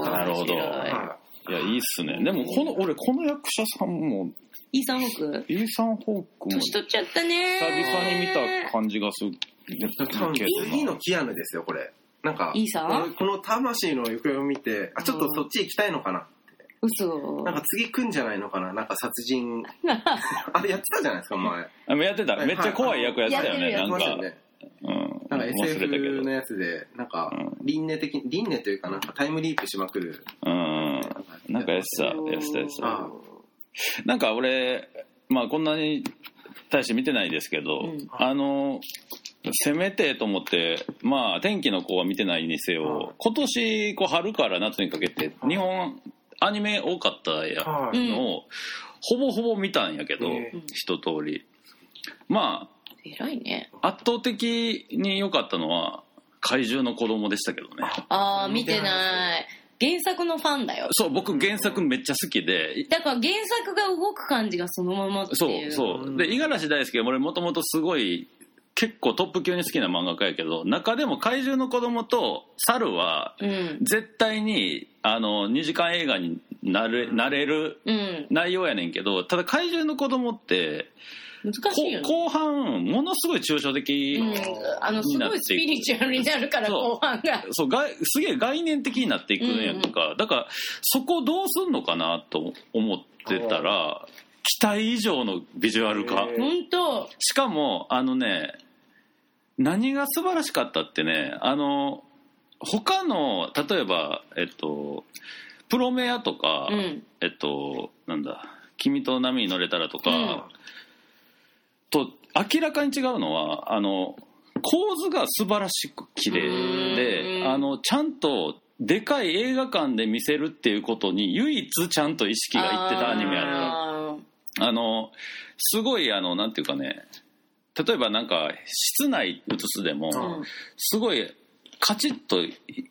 いなるほど、はい、いやいいっすねでもこの俺この役者さんも
イーサン・ホーク
イーサン・ホーク
年取っちゃったね
久々に見た感じがする
次のキアヌですよこれなんか
イーサン
この魂の行方を見てあちょっとそっち行きたいのかな
嘘
なんか次来んじゃないのかななんか殺人あれやってたじゃないですか前
あやってためっちゃ怖い役やってたよね、はい、なんか、ね、
うん、なんか SF のやつでなんか輪廻的輪廻というかなんかタイムリープしまくる
うんなんかやってたやってたやつだなんか俺、まあ、こんなに大して見てないですけど、うん、あのせめてと思って、まあ、天気の子は見てないにせよ、今年こう春から夏にかけて日本アニメ多かったやのを、ほぼほぼ見たんやけど、うん、一通りまあ
偉いね
圧倒的に良かったのは怪獣の子供でしたけどね
ああ見てない原作のファンだよ
そう僕原作めっちゃ好きで
だから原作が動く感じがそのままって
いうそうそうで五十嵐大輔俺もともとすごい結構トップ級に好きな漫画家やけど中でも怪獣の子供と猿は絶対に、うん、あの2時間映画になれなれる内容やねんけど、ただ怪獣の子供って
難しいよ、ね、
後半ものすごい抽象的になっていく、うん、あの
すごいスピリチュアルになるから後半が
そうがすげえ概念的になっていくんやとか、うん、だからそこどうすんのかなと思ってたら期待以上のビジュアル化
本当
しかもあのね何が素晴らしかったってねあの他の例えばえっとプロメアとか、うん、えっとなんだ君と波に乗れたらとか、と明らかに違うのはあの構図が素晴らしく綺麗であのちゃんとでかい映画館で見せるっていうことに唯一ちゃんと意識がいってたアニメあるあのすごいあのなんていうかね例えばなんか室内映すでも、うん、すごいカチッと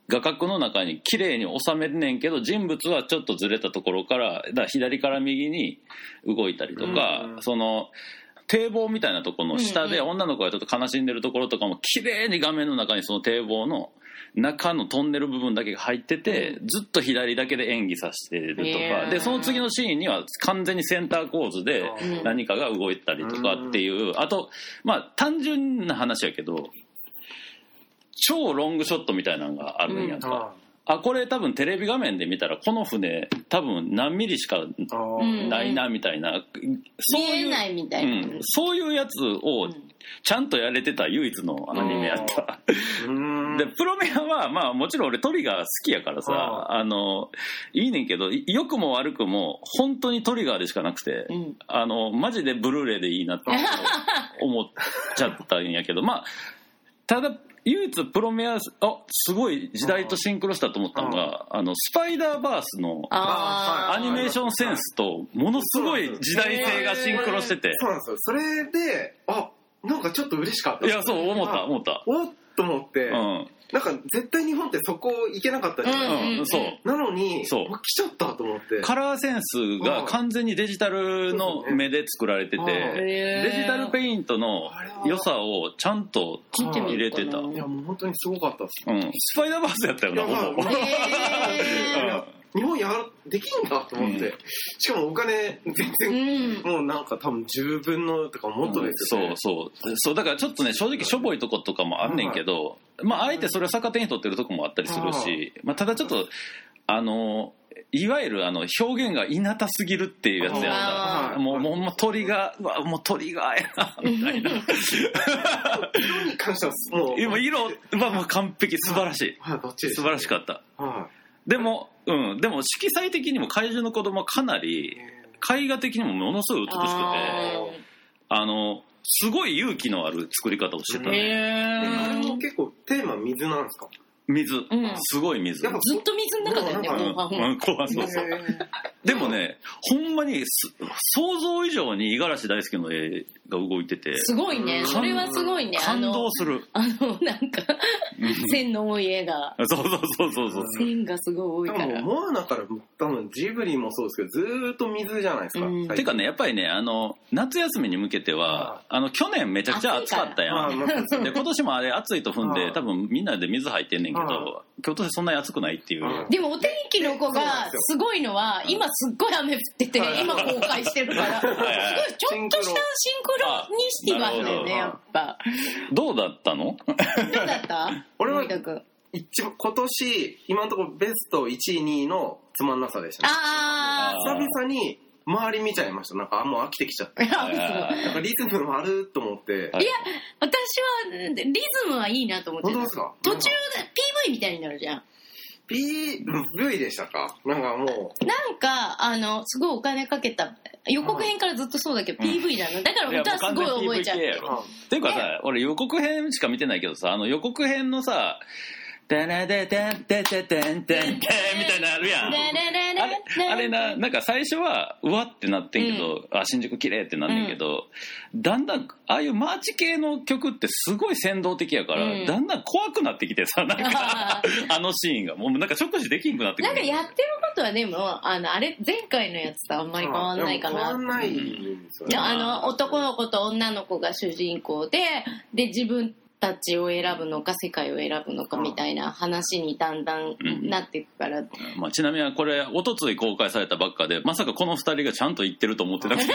画角の中に綺麗に収めるねんけど人物はちょっとずれたところからだ左から右に動いたりとかその堤防みたいなところの下で女の子がちょっと悲しんでるところとかも綺麗に画面の中にその堤防の中のトンネル部分だけが入っててずっと左だけで演技させてるとかでその次のシーンには完全にセンター構図で何かが動いたりとかっていうあとまあ単純な話やけど超ロングショットみたいなのがあるんやんか。あこれ多分テレビ画面で見たらこの船多分何ミリしかないなみたいな、
うん、そういうないみたいな、うん、
そういうやつをちゃんとやれてた唯一のアニメやった、でプロメアはまあもちろん俺トリガー好きやからさあのいいねんけど良くも悪くも本当にトリガーでしかなくて、うん、あのマジでブルーレイでいいなって思っちゃったんやけどまあただ唯一プロメアスあすごい時代とシンクロしたと思ったのがあのスパイダーバースの
あ
アニメーションセンスとものすごい時代性がシンクロしてて
そうなんですよそれであなんかちょっと嬉しかった
いやそう思った思った
おっと思って、
うん
なんか絶対日本ってそこ行けなかったじゃないですか、
うんそう
なのに、
そう
来ちゃったと思って。
カラーセンスが完全にデジタルの目で作られてて
うんうん
デジタルペイントの良さをちゃんと
見てみ
入れ
ようか
て
な
た、
う
うんん、
いや、もう本当にすごかったっす。
スパイダーバースやったよな
や
ほぼ、
まあ
へー
日本やらできんだと思って、
うん
しかもお金全
う
然、
ん
もうなんか多分10分のとかもっとですよ
そう
ね、
そうそうだからちょっとね正直しょぼいとことかもあんねんけど、まああえてそれを逆手に取ってるとこもあったりするし、まあ、ただちょっとあのいわゆるあの表現がいなたすぎるっていうやつや
あ
もうもうもう鳥がうわもう鳥 がやなみたいな
色に関してはもう
今色はもう完璧素晴らし
はいバッチ
い
リ
素晴らし
っ
かった
た、は
でもうんでも色彩的にも怪獣の子供はかないり絵画的にもものすごい美しくて
あ
あのすごい勇気のある作り方をしてた
ー
ね、
えあ
へ
れ
ー
も結構テーマ水なんですか
水、
ん
すごい水
やっぱ
ずっと水の中だよね
うん
後半
うん、後半そうそう
へー
でもねほんまにす想像以上に五十嵐大輔の絵が動いてて
すごいねそれはすごいねあ
感
の
動する
あのなんか
うん
線の多い絵が
そうそうそうそうそう
線がすごい
で
多いか
も
ら
もうモアナから多分ジブリもそうですけどずーっと水じゃないですか、
うん
てかねやっぱりねあの夏休みに向けてはあの去年めちゃくちゃ暑かったや
あ
ん
まあそう
で今年もあれ暑いと踏ん
は
で
い
多分みんなで水入ってんねんけ
は
ど今年そんなに暑くないっていう
はい
でもお天気の子がすごいのは今すっごい雨降ってて
はい
今公開してるからすごいちょっとしたシンクロニシティがあるんだよね
あな
や
る
っぱ
どうだったの
どうだった
俺は
森田君
一番今年今のところベスト1位2位のつまんなさでしたね
あ
あ
ー
ー
久々に周り見ちゃいましたなんかあもう飽きてきちゃって
いや
なんかリズムもあると思って
はい
私はリズムはいいなと思って
本当
た
ですか
途中で PV みたいになるじゃん
PV でしたかなんかもう
なんかあのすごいお金かけた予告編からずっとそうだけど
うん
PV なのだから
いやも
歌
う
す
完
ご
全
い覚えちゃっ
PVK や
て
ろっていうかさ俺予告編しか見てないけどさあの予告編のさ「ダラダダンダダダンダンダン」みたいなのあるやん
ララララ
あれあれななんか最初はうわってなってんけど、あ新宿綺麗ってなんねんけど、だんだんああいうマーチ系の曲ってすごい先導的やから、
うん
だんだん怖くなってきてさなんかあのシーンがもうなんか直視できんくなってく
なん
る
かやってることはでもあのあれ前回のやつとあんまり変わんないか
変わ
なん
ないんですよ
で
ね
あの男の子と女の子が主人公でで自分たちを選ぶのか世界を選ぶのかみたいな話にだんだんなっていくから、
まあ、ちなみにこれ一昨日公開されたばっかでまさかこの二人がちゃんと行ってると思ってな くて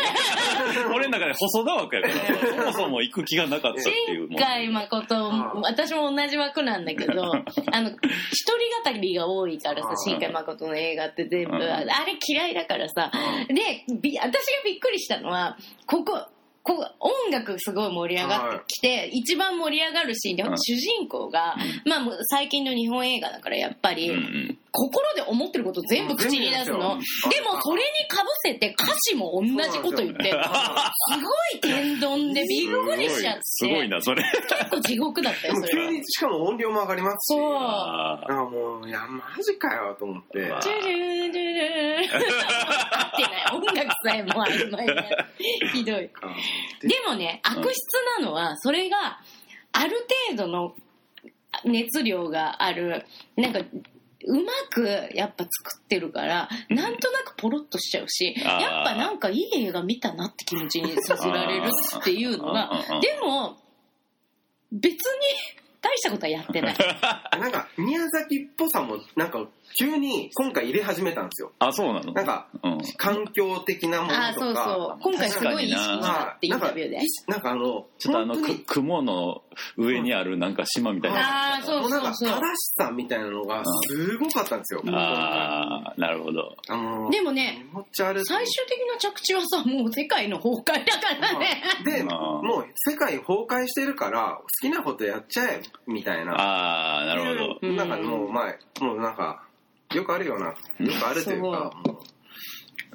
俺の中で細田枠やからそもそも行く気がなかったっていうも
前
う
回誠
うん
私も同じ枠なんだけ どあの一人語りが多いからさ
うん
新海誠の映画って全部
うん
あれ嫌いだからさでび私がびっくりしたのはここここ音楽すごい盛り上がってきて、一番盛り上がるシーンで、
うん
主人公が、まあもう最近の日本映画だからやっぱり、
うんうん
心で思ってること全部口に出すの
全部で
です
よ
もそれにかぶせて歌詞も同じこと言ってるのすごい天丼でびっくりしちゃって
すごいなそれ
結構地獄だった
で
よ
も
それ
急
は
にしかも音量も上がりますし
そう
あー
あもういやマジかよと思って
まあ
ジュルージュルー合ってない音楽さえもう曖昧なひどい
あ
でもね悪質なのはそれがある程度の熱量があるなんかうまくやっぱ作ってるからなんとなくポロッとしちゃうし
あー
やっぱなんかいい映画見たなって気持ちにさせられるっていうのが
うんうんうん
でも別に大したことはやってない。
なんか宮崎っぽさもなんか急に今回入れ始めたんですよ
あそうなの
なんか
うん
環境的なものとか
あーそうそう今回すごい意識したってインタビューで。
なんかあの
ちょっとあの
本当
く
に
雲の上にあるなんか島みたいな。
ああーそ
も
う
うなん
そ
か
うそう
正しさみたいなのがすごかったんですよ、あ
ああ、なるほど。
の
でもね
気持ち悪い
最終的な着地はさもう世界の崩壊だからね。
で
あー
もう世界崩壊してるから好きなことやっちゃえみたいな
ああ、なるほど。
ど
なんかもう前もうなんかよくあるようなよくあるというかも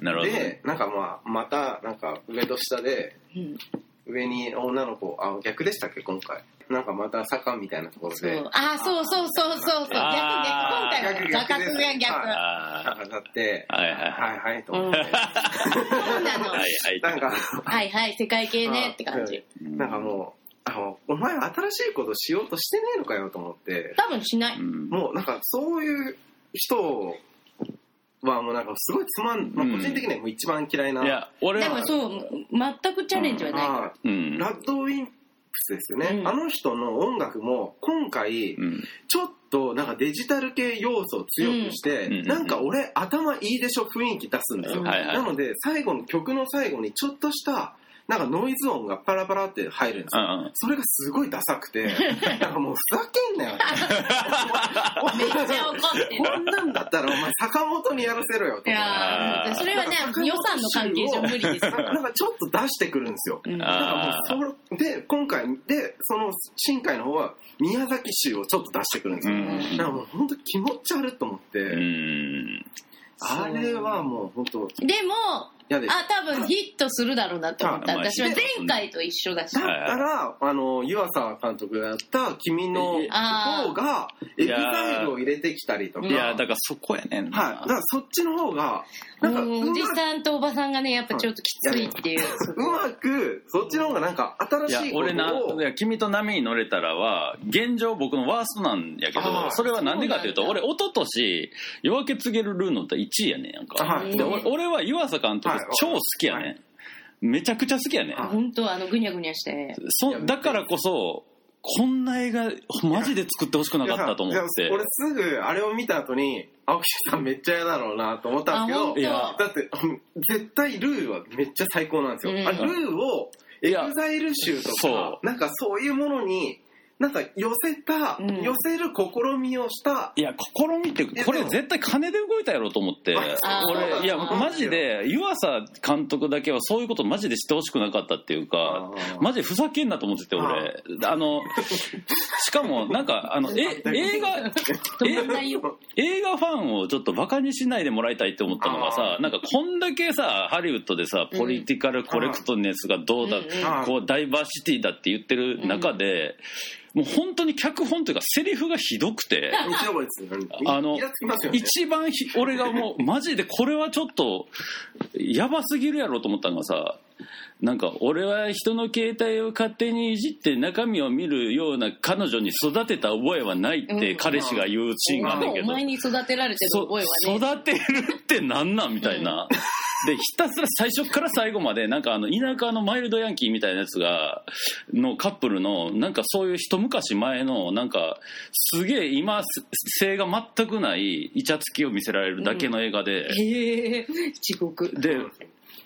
う
なるほど。
でなんかまあまたなんか上と下で
うん
上に女の子、あ、逆でしたっけ、今回。なんかまた坂みたいなところで。
あー、そうそうそうそうそう。逆逆、今
あ
回
ー
は逆
逆逆
逆逆。逆
あ
なんかなって、
あ。はいはいは
はいはいと思って。
そうなの
い。。はい
なんか、
はいはい、世界系ねって感じ。
い。
なんかもう、あの、お前新しいことしようとしてねえのかよと思って、
多分しない。
うん。
もうなんかそういう人はもうなんかすごいつまん、まあ
うん
個人的にはもう一番嫌いな。
いや、俺
でも
は、
そう、全くチャレンジはないか
ま
ら。
あ
うん。
ラッドウィンプスですよね、
うん
あの人の音楽も今回
うん。
ちょっとなんかデジタル系要素を強くして、
うん
なんか俺頭いいでしょ雰囲気出すんですよ、
うん
はいはい
なので最後の曲の最後にちょっとしたなんかノイズ音がパラパラって入るんですよ、
あ
それがすごいダサくてなんかもうふざけんなよ
めっちゃ怒ってる。
こんなんだったらお前坂本にやらせろよと
い
思う
やーそれはね、予算の関係上無理ですよ。
なんかちょっと出してくるんですよ
うん
あ
なんかもうそれで今回でその新海の方は宮崎州をちょっと出してくるんです
う
よ、
ん。
なんかもう本当気持ち悪いと思って、
うん。
あれはもう本当
でも、
嫌です
あ、多分ヒットするだろうなと思った。
あまあ
私は前回と一緒だし
だっ。たらあの湯浅監督がやった「君の
あー
方がエグザイルを入れてきたりとか
いや、だからそこやねんな。
はい、だからそっちの方がなんかう
うんおじ
ま
さんとおばさんがね、やっぱちょっときついっていう。
くうまくそっちの方がなんか
いや
新しいこ
俺な
とを
いや君と波に乗れたらは現状僕のワーストなんやけ
あ
ど
ー
それはなんでかっていうと
そう
俺一昨年夜明け告げるルーノって1位やねんやんか、
はい
で俺俺は湯浅監督
はい
超好きやねん、
は
めちゃくちゃ好きやねん、
はい
本当あの、ぐにゃぐにゃして。
そ
いや
だからこそこんな映画マジで作ってほしくなかったと思っ
いやい
て
や俺すぐあれを見た後に青木さんめっちゃ嫌だろうなと思ったんですけど
いや
あ、
だって、うん絶対ルーはめっちゃ最高なんですよ。
うん
あルーを
い
エグ
や
ザイル集と
そ
か、なんかそういうものに、なんか寄せた、
うん
寄せる試みをした、
いや試みって
や
これ
でも
絶対金で動いたやろうと思って
あ
そうなんだ
俺いやマジで湯浅監督だけはそういうことマジでしてほしくなかったっていうかマジふざけんなと思ってて俺あのしかもなんかあのえ映画
止まんないよ。
映画ファンをちょっとバカにしないでもらいたいって思ったのがさなんかこんだけさハリウッドでさポリティカルコレクトネスがどうだ、
うんうん
あー
こうダイバーシティだって言ってる中で、もう本当に脚本というかセリフがひどくて。
日曜日ですよね
あの
イラつきますよね。
一番ひ俺がもうマジでこれはちょっとやばすぎるやろと思ったのがさなんか俺は人の携帯を勝手にいじって中身を見るような彼女に育てた覚えはないって彼氏が言うシーンがあるんだけ
お
ど、
前に育てられてる覚えはね。
育てるってなんなんみたいな。でひたすら最初から最後までなんかあの田舎のマイルドヤンキーみたいなやつがのカップルのなんかそういう一昔前のなんかすげえ今性が全くないイチャつきを見せられるだけの映画で、
へえ地獄。
で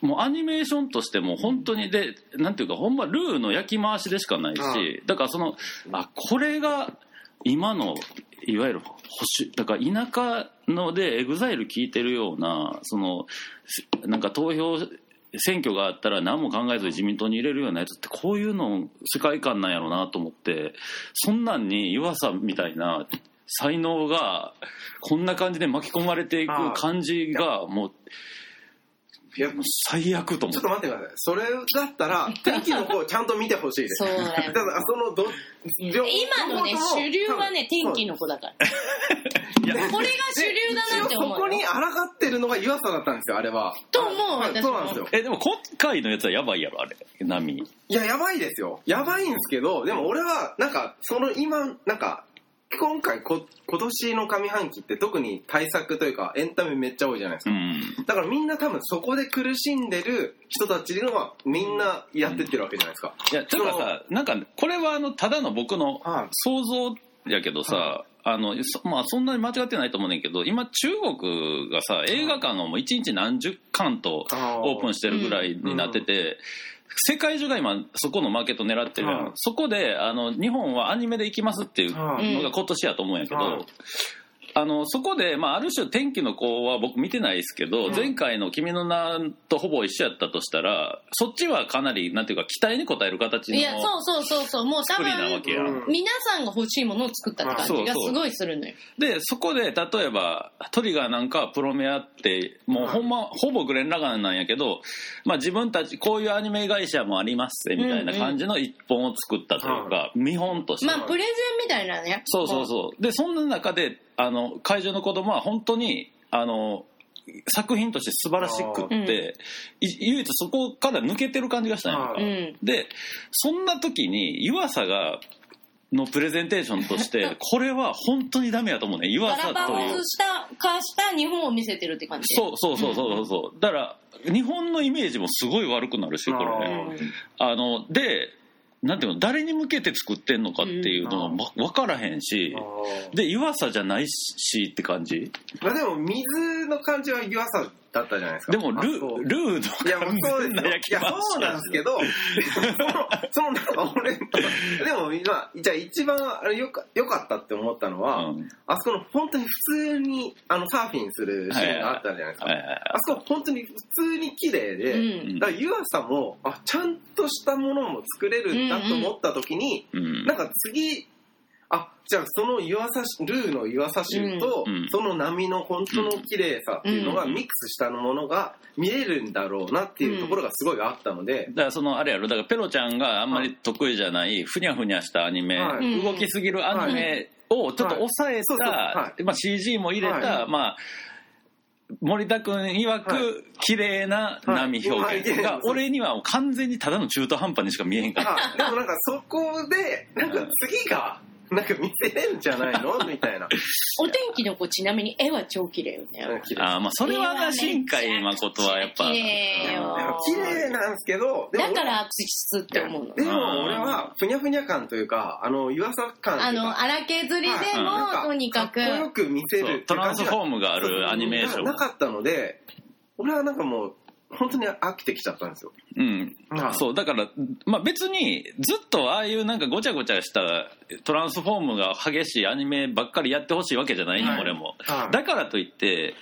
もうアニメーションとしても本当にでなんていうかほんまルーの焼き回しでしかないし
ああ
だからそのあこれが今のいわゆる保守だから田舎のでエグザイル聞いてるようなそのせなんか投票選挙があったら何も考えずに自民党に入れるようなやつってこういうの世界観なんやろうなと思ってそんなんに湯浅みたいな才能がこんな感じで巻き込まれてい
あ
く
あ
感じがもう
いやち
もう最悪と思
ょ
っ
っと待ってください。それだったら、天気の方をちゃんと見てほしいで
そ。
す
うだ
た
よ。
だ、そのど、両方
今のね、主流はね、天気の子だから。
いや
これが主流だなって思
そう
よ。
こに抗ってるのが岩佐だったんですよ、あれは。
と思う
はい
私も
そうなんですよ。
えでも今回のやつはやばいやろあれ波
いや、やばいですよ。やばいんですけど、でも俺は、なんか、その今、なんか、今回こ、今年の上半期って特に対策というか、エンタメめっちゃ多いじゃないです
う
か。
ん
だからみんな多分そこで苦しんでる人たちのはみんなやってってるわけじゃないですか。
いやてかさなんかこれはあのただの僕の
はい
想像やけどさあのそ,、まあ、そんなに間違ってないと思うねんけど今中国がさ映画館がもう1日何十館とオープン
し
してるぐらいになってて、世界中が今そこのマーケット狙ってるやん、
はい
そこであの日本はアニメで行きますっていう
はい
のが今年やと思うんやけど、
はい
あのそこで、まあ、ある種天気の子は僕見てないですけど、
うん
前回の「君の名」とほぼ一緒やったとしたらそっちはかなりなんていうか期待に応える形の
いや、そうそうそうそう、もう多
作りなわ
分、
けや、
うん
皆さんが欲しいものを作ったって感じがすごいするのよ。
でそこで例えばトリガーなんかはプロメアってもうほんま、ほぼグレン・ラガンなんやけど、まあ、自分たちこういうアニメ会社もありますぜみたいな感じの一本を作ったというか、見本として、
まあ、プレゼンみたいなね。
そうそうそうでそんな中であの会場の子供は本当にあの作品として素晴らしくって、
あーうん
い唯一そこから抜けてる感じがしたんやんか
あ
う。うん。
でそんな時に湯浅がのプレゼンテーションとしてこれは本当にダメやと思うね湯
ガ
浅
ラパ
と
ゴ
いう
スした、化した日本を見せてるって感じ。
そうそうそうそうそうだから日本のイメージもすごい悪くなるしこれ
う
ね
ん。
あのでなんていうの誰に向けて作ってんのかっていうの
うん
も分からへんし、で湯浅じゃないしって感じ
まあでも水の感じは湯浅だったじゃないですか
でもル
あそう
ールード
いやもうそうですよ
焼
い
き
や
まし
そうなんですけ どそのそのなんか俺でも今じゃあ一番あれよかよかったって思ったのは、
うん
あそこの本当に普通にあのサーフィンするシーンがあったじゃないですか、
はいはいはい
あそこ本当に普通に綺麗
う
で、
ん。
だから湯浅もあちゃんとしたものも作れるんだと思った時に、
うん
なんか次あじゃあその湯浅しルーの湯浅集と、
うんうん
その波の本当の綺麗さっていうのが
うん
ミックスしたものが見れるんだろうなっていうところがすごいあったので、
だからそのあれやろだからペロちゃんがあんまり得意じゃないふにゃふにゃしたアニメ、
はい
動きすぎるアニメをちょっと抑えた、
はいそうそうは
まあ、CG も入れた、
は
まあ森田君曰く、
はい
綺麗な波表現
はい
が、俺にはもう完全にただの中途半端にしか見えへんから
あでもなんかそこでなんか次がなんか見せれるんじゃないのみたいな
お天気の子、ちなみに絵は超綺麗よね。
綺麗
あーまあそれはな新海誠はやっぱ
綺麗よ
でも綺麗なんですけどでも
だから悪質って思うの。
でも俺はふにゃふにゃ感というかあの湯浅感と
あ
いうか
の、荒削りで
はい
も、とにかく。
っこよく見せ
そ
るっ
う
て
トランスフォー
ム
ムがあるアニメーション
ななかったので俺はなんかもう本当に飽きてきちゃったんですよ
うん、
はい
そうだから、まあ、別にずっとああいうなんかごちゃごちゃしたトランスフォームが激しいアニメばっかりやってほしいわけじゃないね、
はい
俺も
はい
だからといって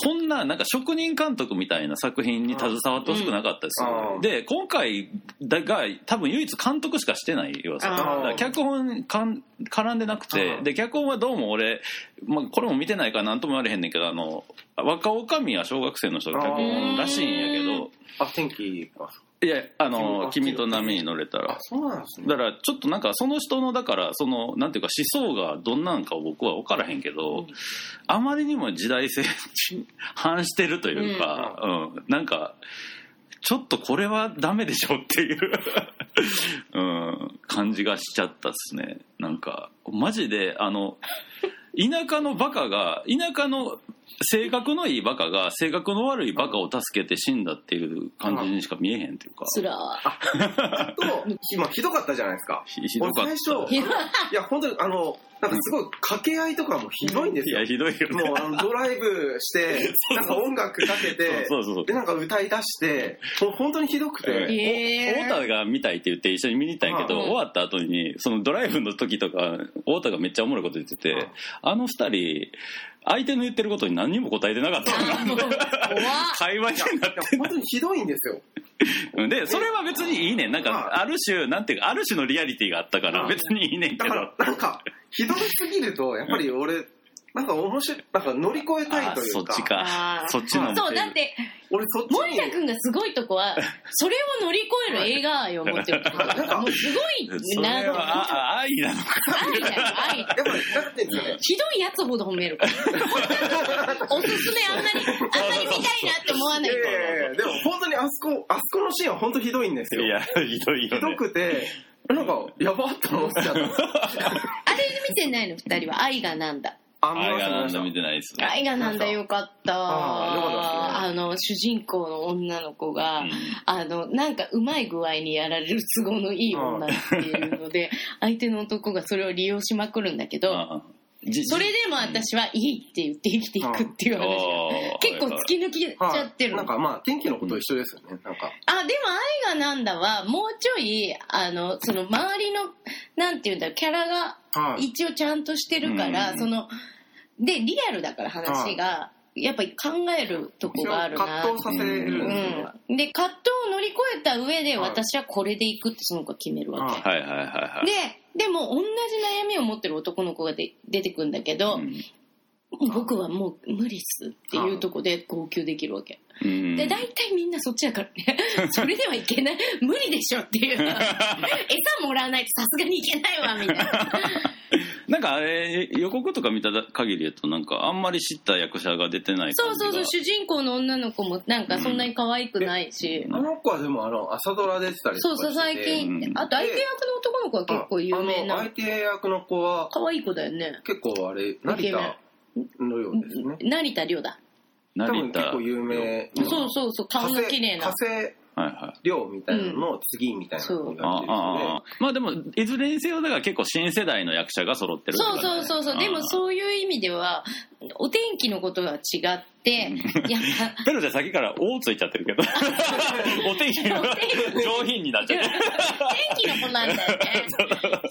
こんななんか職人監督みたいな作品に携わってほしくなかったですよ、
うん
で今回だが多分唯一監督しかしてない要素
あ
だ
ー
から脚本かん絡んでなくて
うん
で脚本はどうも俺、まあ、これも見てないからなんとも言われへんねんけどあの若女将は小学生の人が脚本らしいんやけど。
あ天気あ
いやあ
あ
の「君と波に乗れたら」
そうなんですね
だからちょっとなんかその人のだからそのなんていうか思想がどんなんか僕は分からへんけど、あまりにも時代性に反してるというか、うんなんかちょっとこれはダメでしょっていう、 うん、感じがしちゃったっすねなんかマジであの田舎のバカが田舎の性格のいいバカが性格の悪いバカを助けて死んだっていう感じにしか見えへんっていうか。
つらー
と今ひどかったじゃないですか
ひひどかった
俺最初
いや
いや本当にあのなんかすごい掛け合いとかもひどいんです
い
よ
やひどいよね
もうあのドライブしてなんか音楽かけて
そうそうそう
でなんか歌い出してもう本当にひどく
え
て
えー
太田が見たいって言って一緒に見に行ったんやけど、
うん
終わった後にそのドライブの時とか太田がめっちゃおもろいこと言ってて、
うん
あの二人相手の言ってることに何にも答えてなか った
あもう怖っ
会話になっ
いや本当にひどいんですよ
てでそれは別にいいねんなん
うん
かある種なんていうかある種のリアリティがあったから
うん
別にいいねん
だ
け
か
ど
ら、なんか、ひどすぎると、やっぱり俺、なんか面白い、なんか乗り越えたい
あ
とい
そうっ
か、
ちか
あー
そっちの
そう、だって、
俺そっち
森
に、
田くんがすごいとこは、それを乗り越える映画よ、持ってる。もうすごい
そ
な
れ
と
は
思って。
ああ愛なのか
愛だよ、愛。
やっぱり、なんていうんですかね、
ひどいやつほど褒める から。おすすめあんなに、あんなに見たいなって思わ
い
ない
やい
か
やいや、でも本当にあそこ、あそこのシーンは本当ひどいんですよ。
いやひどい
ひ
よ
ど
ね
くて、なんか、やばって思っち ゃ
あ
った。
れ見てないの、二人は。愛がなんだ。
あ
愛がなんだ見
い
てないですね
愛がなんだよかった。
あーよかった
あの、主人公の女の子が、
う
あの、なんかうまい具合にやられる都合のいい女っていうので、相手の男がそれを利用しまくるんだけ
ん
ど、
あーじ
それでも私はいいって言って生きていくっていう話が
あー
結構突き抜けちゃってる
なんかまあ、天気のこと一緒ですよね、なんか。
あ、でも愛がなんだは、もうちょい、あの、その周りの、なんていうんだろう、キャラが
は。
一応ちゃんとしてるから、
うん
その、でリアルだから話がやっぱり考えるとこがあるな
葛藤させるんですよ、
うん、で葛藤を乗り越えた上で
はい
私はこれでいくってその子が決めるわけ、
あ
はいはいはいはい。
ででも同じ悩みを持ってる男の子がで出てくるんだけど、僕はもう無理っすっていうとこで号泣できるわけ、
うん
で大体みんなそっちだからねそれではいけない無理でしょっていう餌もらわないとさすがにいけないわみたいな
なんかあれ予告とか見た限りやとなんかあんまり知った役者が出てない
そ
感
う
じが
そうそう主人公の女の子もなんかそんなに可愛くないし、
あの子はでもあの朝ドラ出てたり
そうそう最近、
うん
あと相手役の男の子は結構有名
ああの
な
相手役の子は
可愛い子だよね
結構あれ成田のようですね
成田涼だ、
多
成
分
田
結構有名な
そうそうそう顔が綺麗な
加瀬
はいはい
加瀬亮みたいなのの次みたいな感じです
ああああ
ね
まあでもいずれにせよだから結構新世代の役者が揃ってるってこ
そう
とだ
そ
ね
うそうそうでもそういう意味ではお天気のことは違ってやっぱ
ペロちゃん先から「お」ついちゃってるけどお天気の上品になっちゃって
天気の子なんだよね。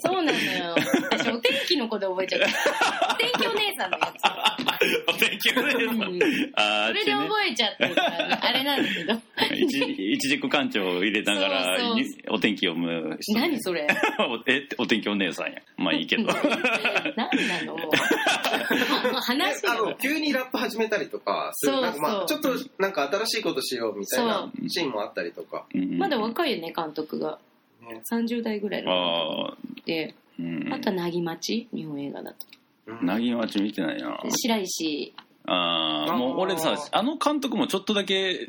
そうなのよ。私、お天気の子で覚えちゃった。お天気お姉さんのやつ。
お天気の
うん
上品あ
それで覚えちゃったからねあれなんだけど。
えいちじく館長を入れながら
そうそう
お天気読む人
何それ
えお天気お姉さんやまあい いけど
何なのもう。もう話
であの
が。
急にラップ始めたりとかする
そうそう
なんかまあちょっとなんか新しいことしようみたいなシーンもあったりとか、
うん
まだ若いよね、監督が。
ね
30代ぐらいの
ああ
で。
うん
あとは、なぎまち日本映画だと。
うん
なぎまち見てないな
で白石。
あ
あ
あ
ー
もう俺さあの監督もちょっとだけ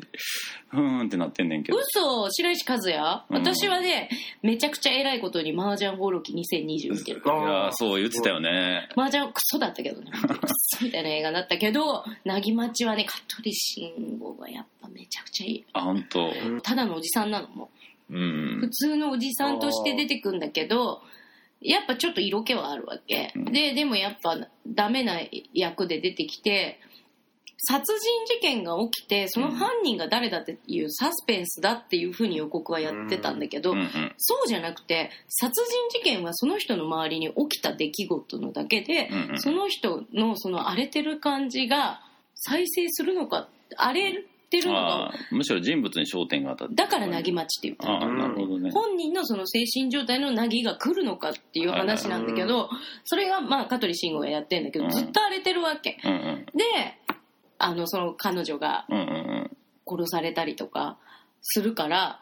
ふーんってなってんねんけど
嘘白石和也
うん
私はね、めちゃくちゃ偉いことに麻雀放浪記2020見てる。
いやーそう言ってたよね
麻雀クソだったけどねクソみたいな映画だったけどなぎまちはね香取慎吾がやっぱめちゃくちゃいい
あ本当
ただのおじさんなのも
う
う普
ん
通のおじさんとして出てくんだけどやっぱちょっと色気はあるわけ、
うん
ででもやっぱダメな役で出てきて殺人事件が起きてその犯人が誰だっていうサスペンスだっていうふうに予告はやってたんだけど、
うんうん
そうじゃなくて殺人事件はその人の周りに起きた出来事のだけで、
うんうん
その人のその荒れてる感じが再生するのか荒れてるの
あ
か
ーむしろ人物に焦点が当たって
だからなぎまちって言った
ああなるほどね
本人のその精神状態のなぎが来るのかっていう話なんだけどそれがまあ香取慎吾がやってんだけ
う
ど
ん
ずっと荒れてるわけ
うんうん
であのその彼女が
うんうん
殺されたりとかするから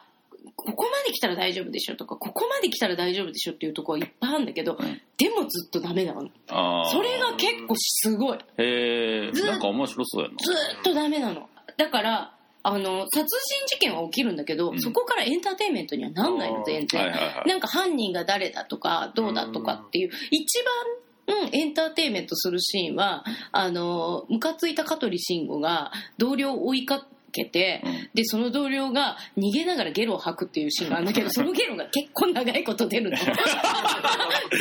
ここまで来たら大丈夫でしょとかここまで来たら大丈夫でしょっていうとこはいっぱいあるんだけど
うん
でもずっとダメなの
ああ
それが結構すごい
へえ
ずー
なんか面白そうやな
ずーっとダメなのだからあの殺人事件は起きるんだけど、
うん
そこからエンターテインメントにはなんないの全然、
はいはいはい
なんか犯人が誰だとかどうだとかっていう一番、うん、エンターテインメントするシーンはあのムカついた香取慎吾が同僚を追いかけて
うん
でその同僚が逃げながらゲロを吐くっていうシーンがあるんだけどそのゲロが結構長いこと 出るのそ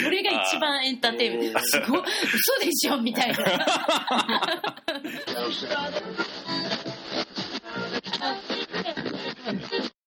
れが一番エンターテインメントすごい嘘でしょみたいな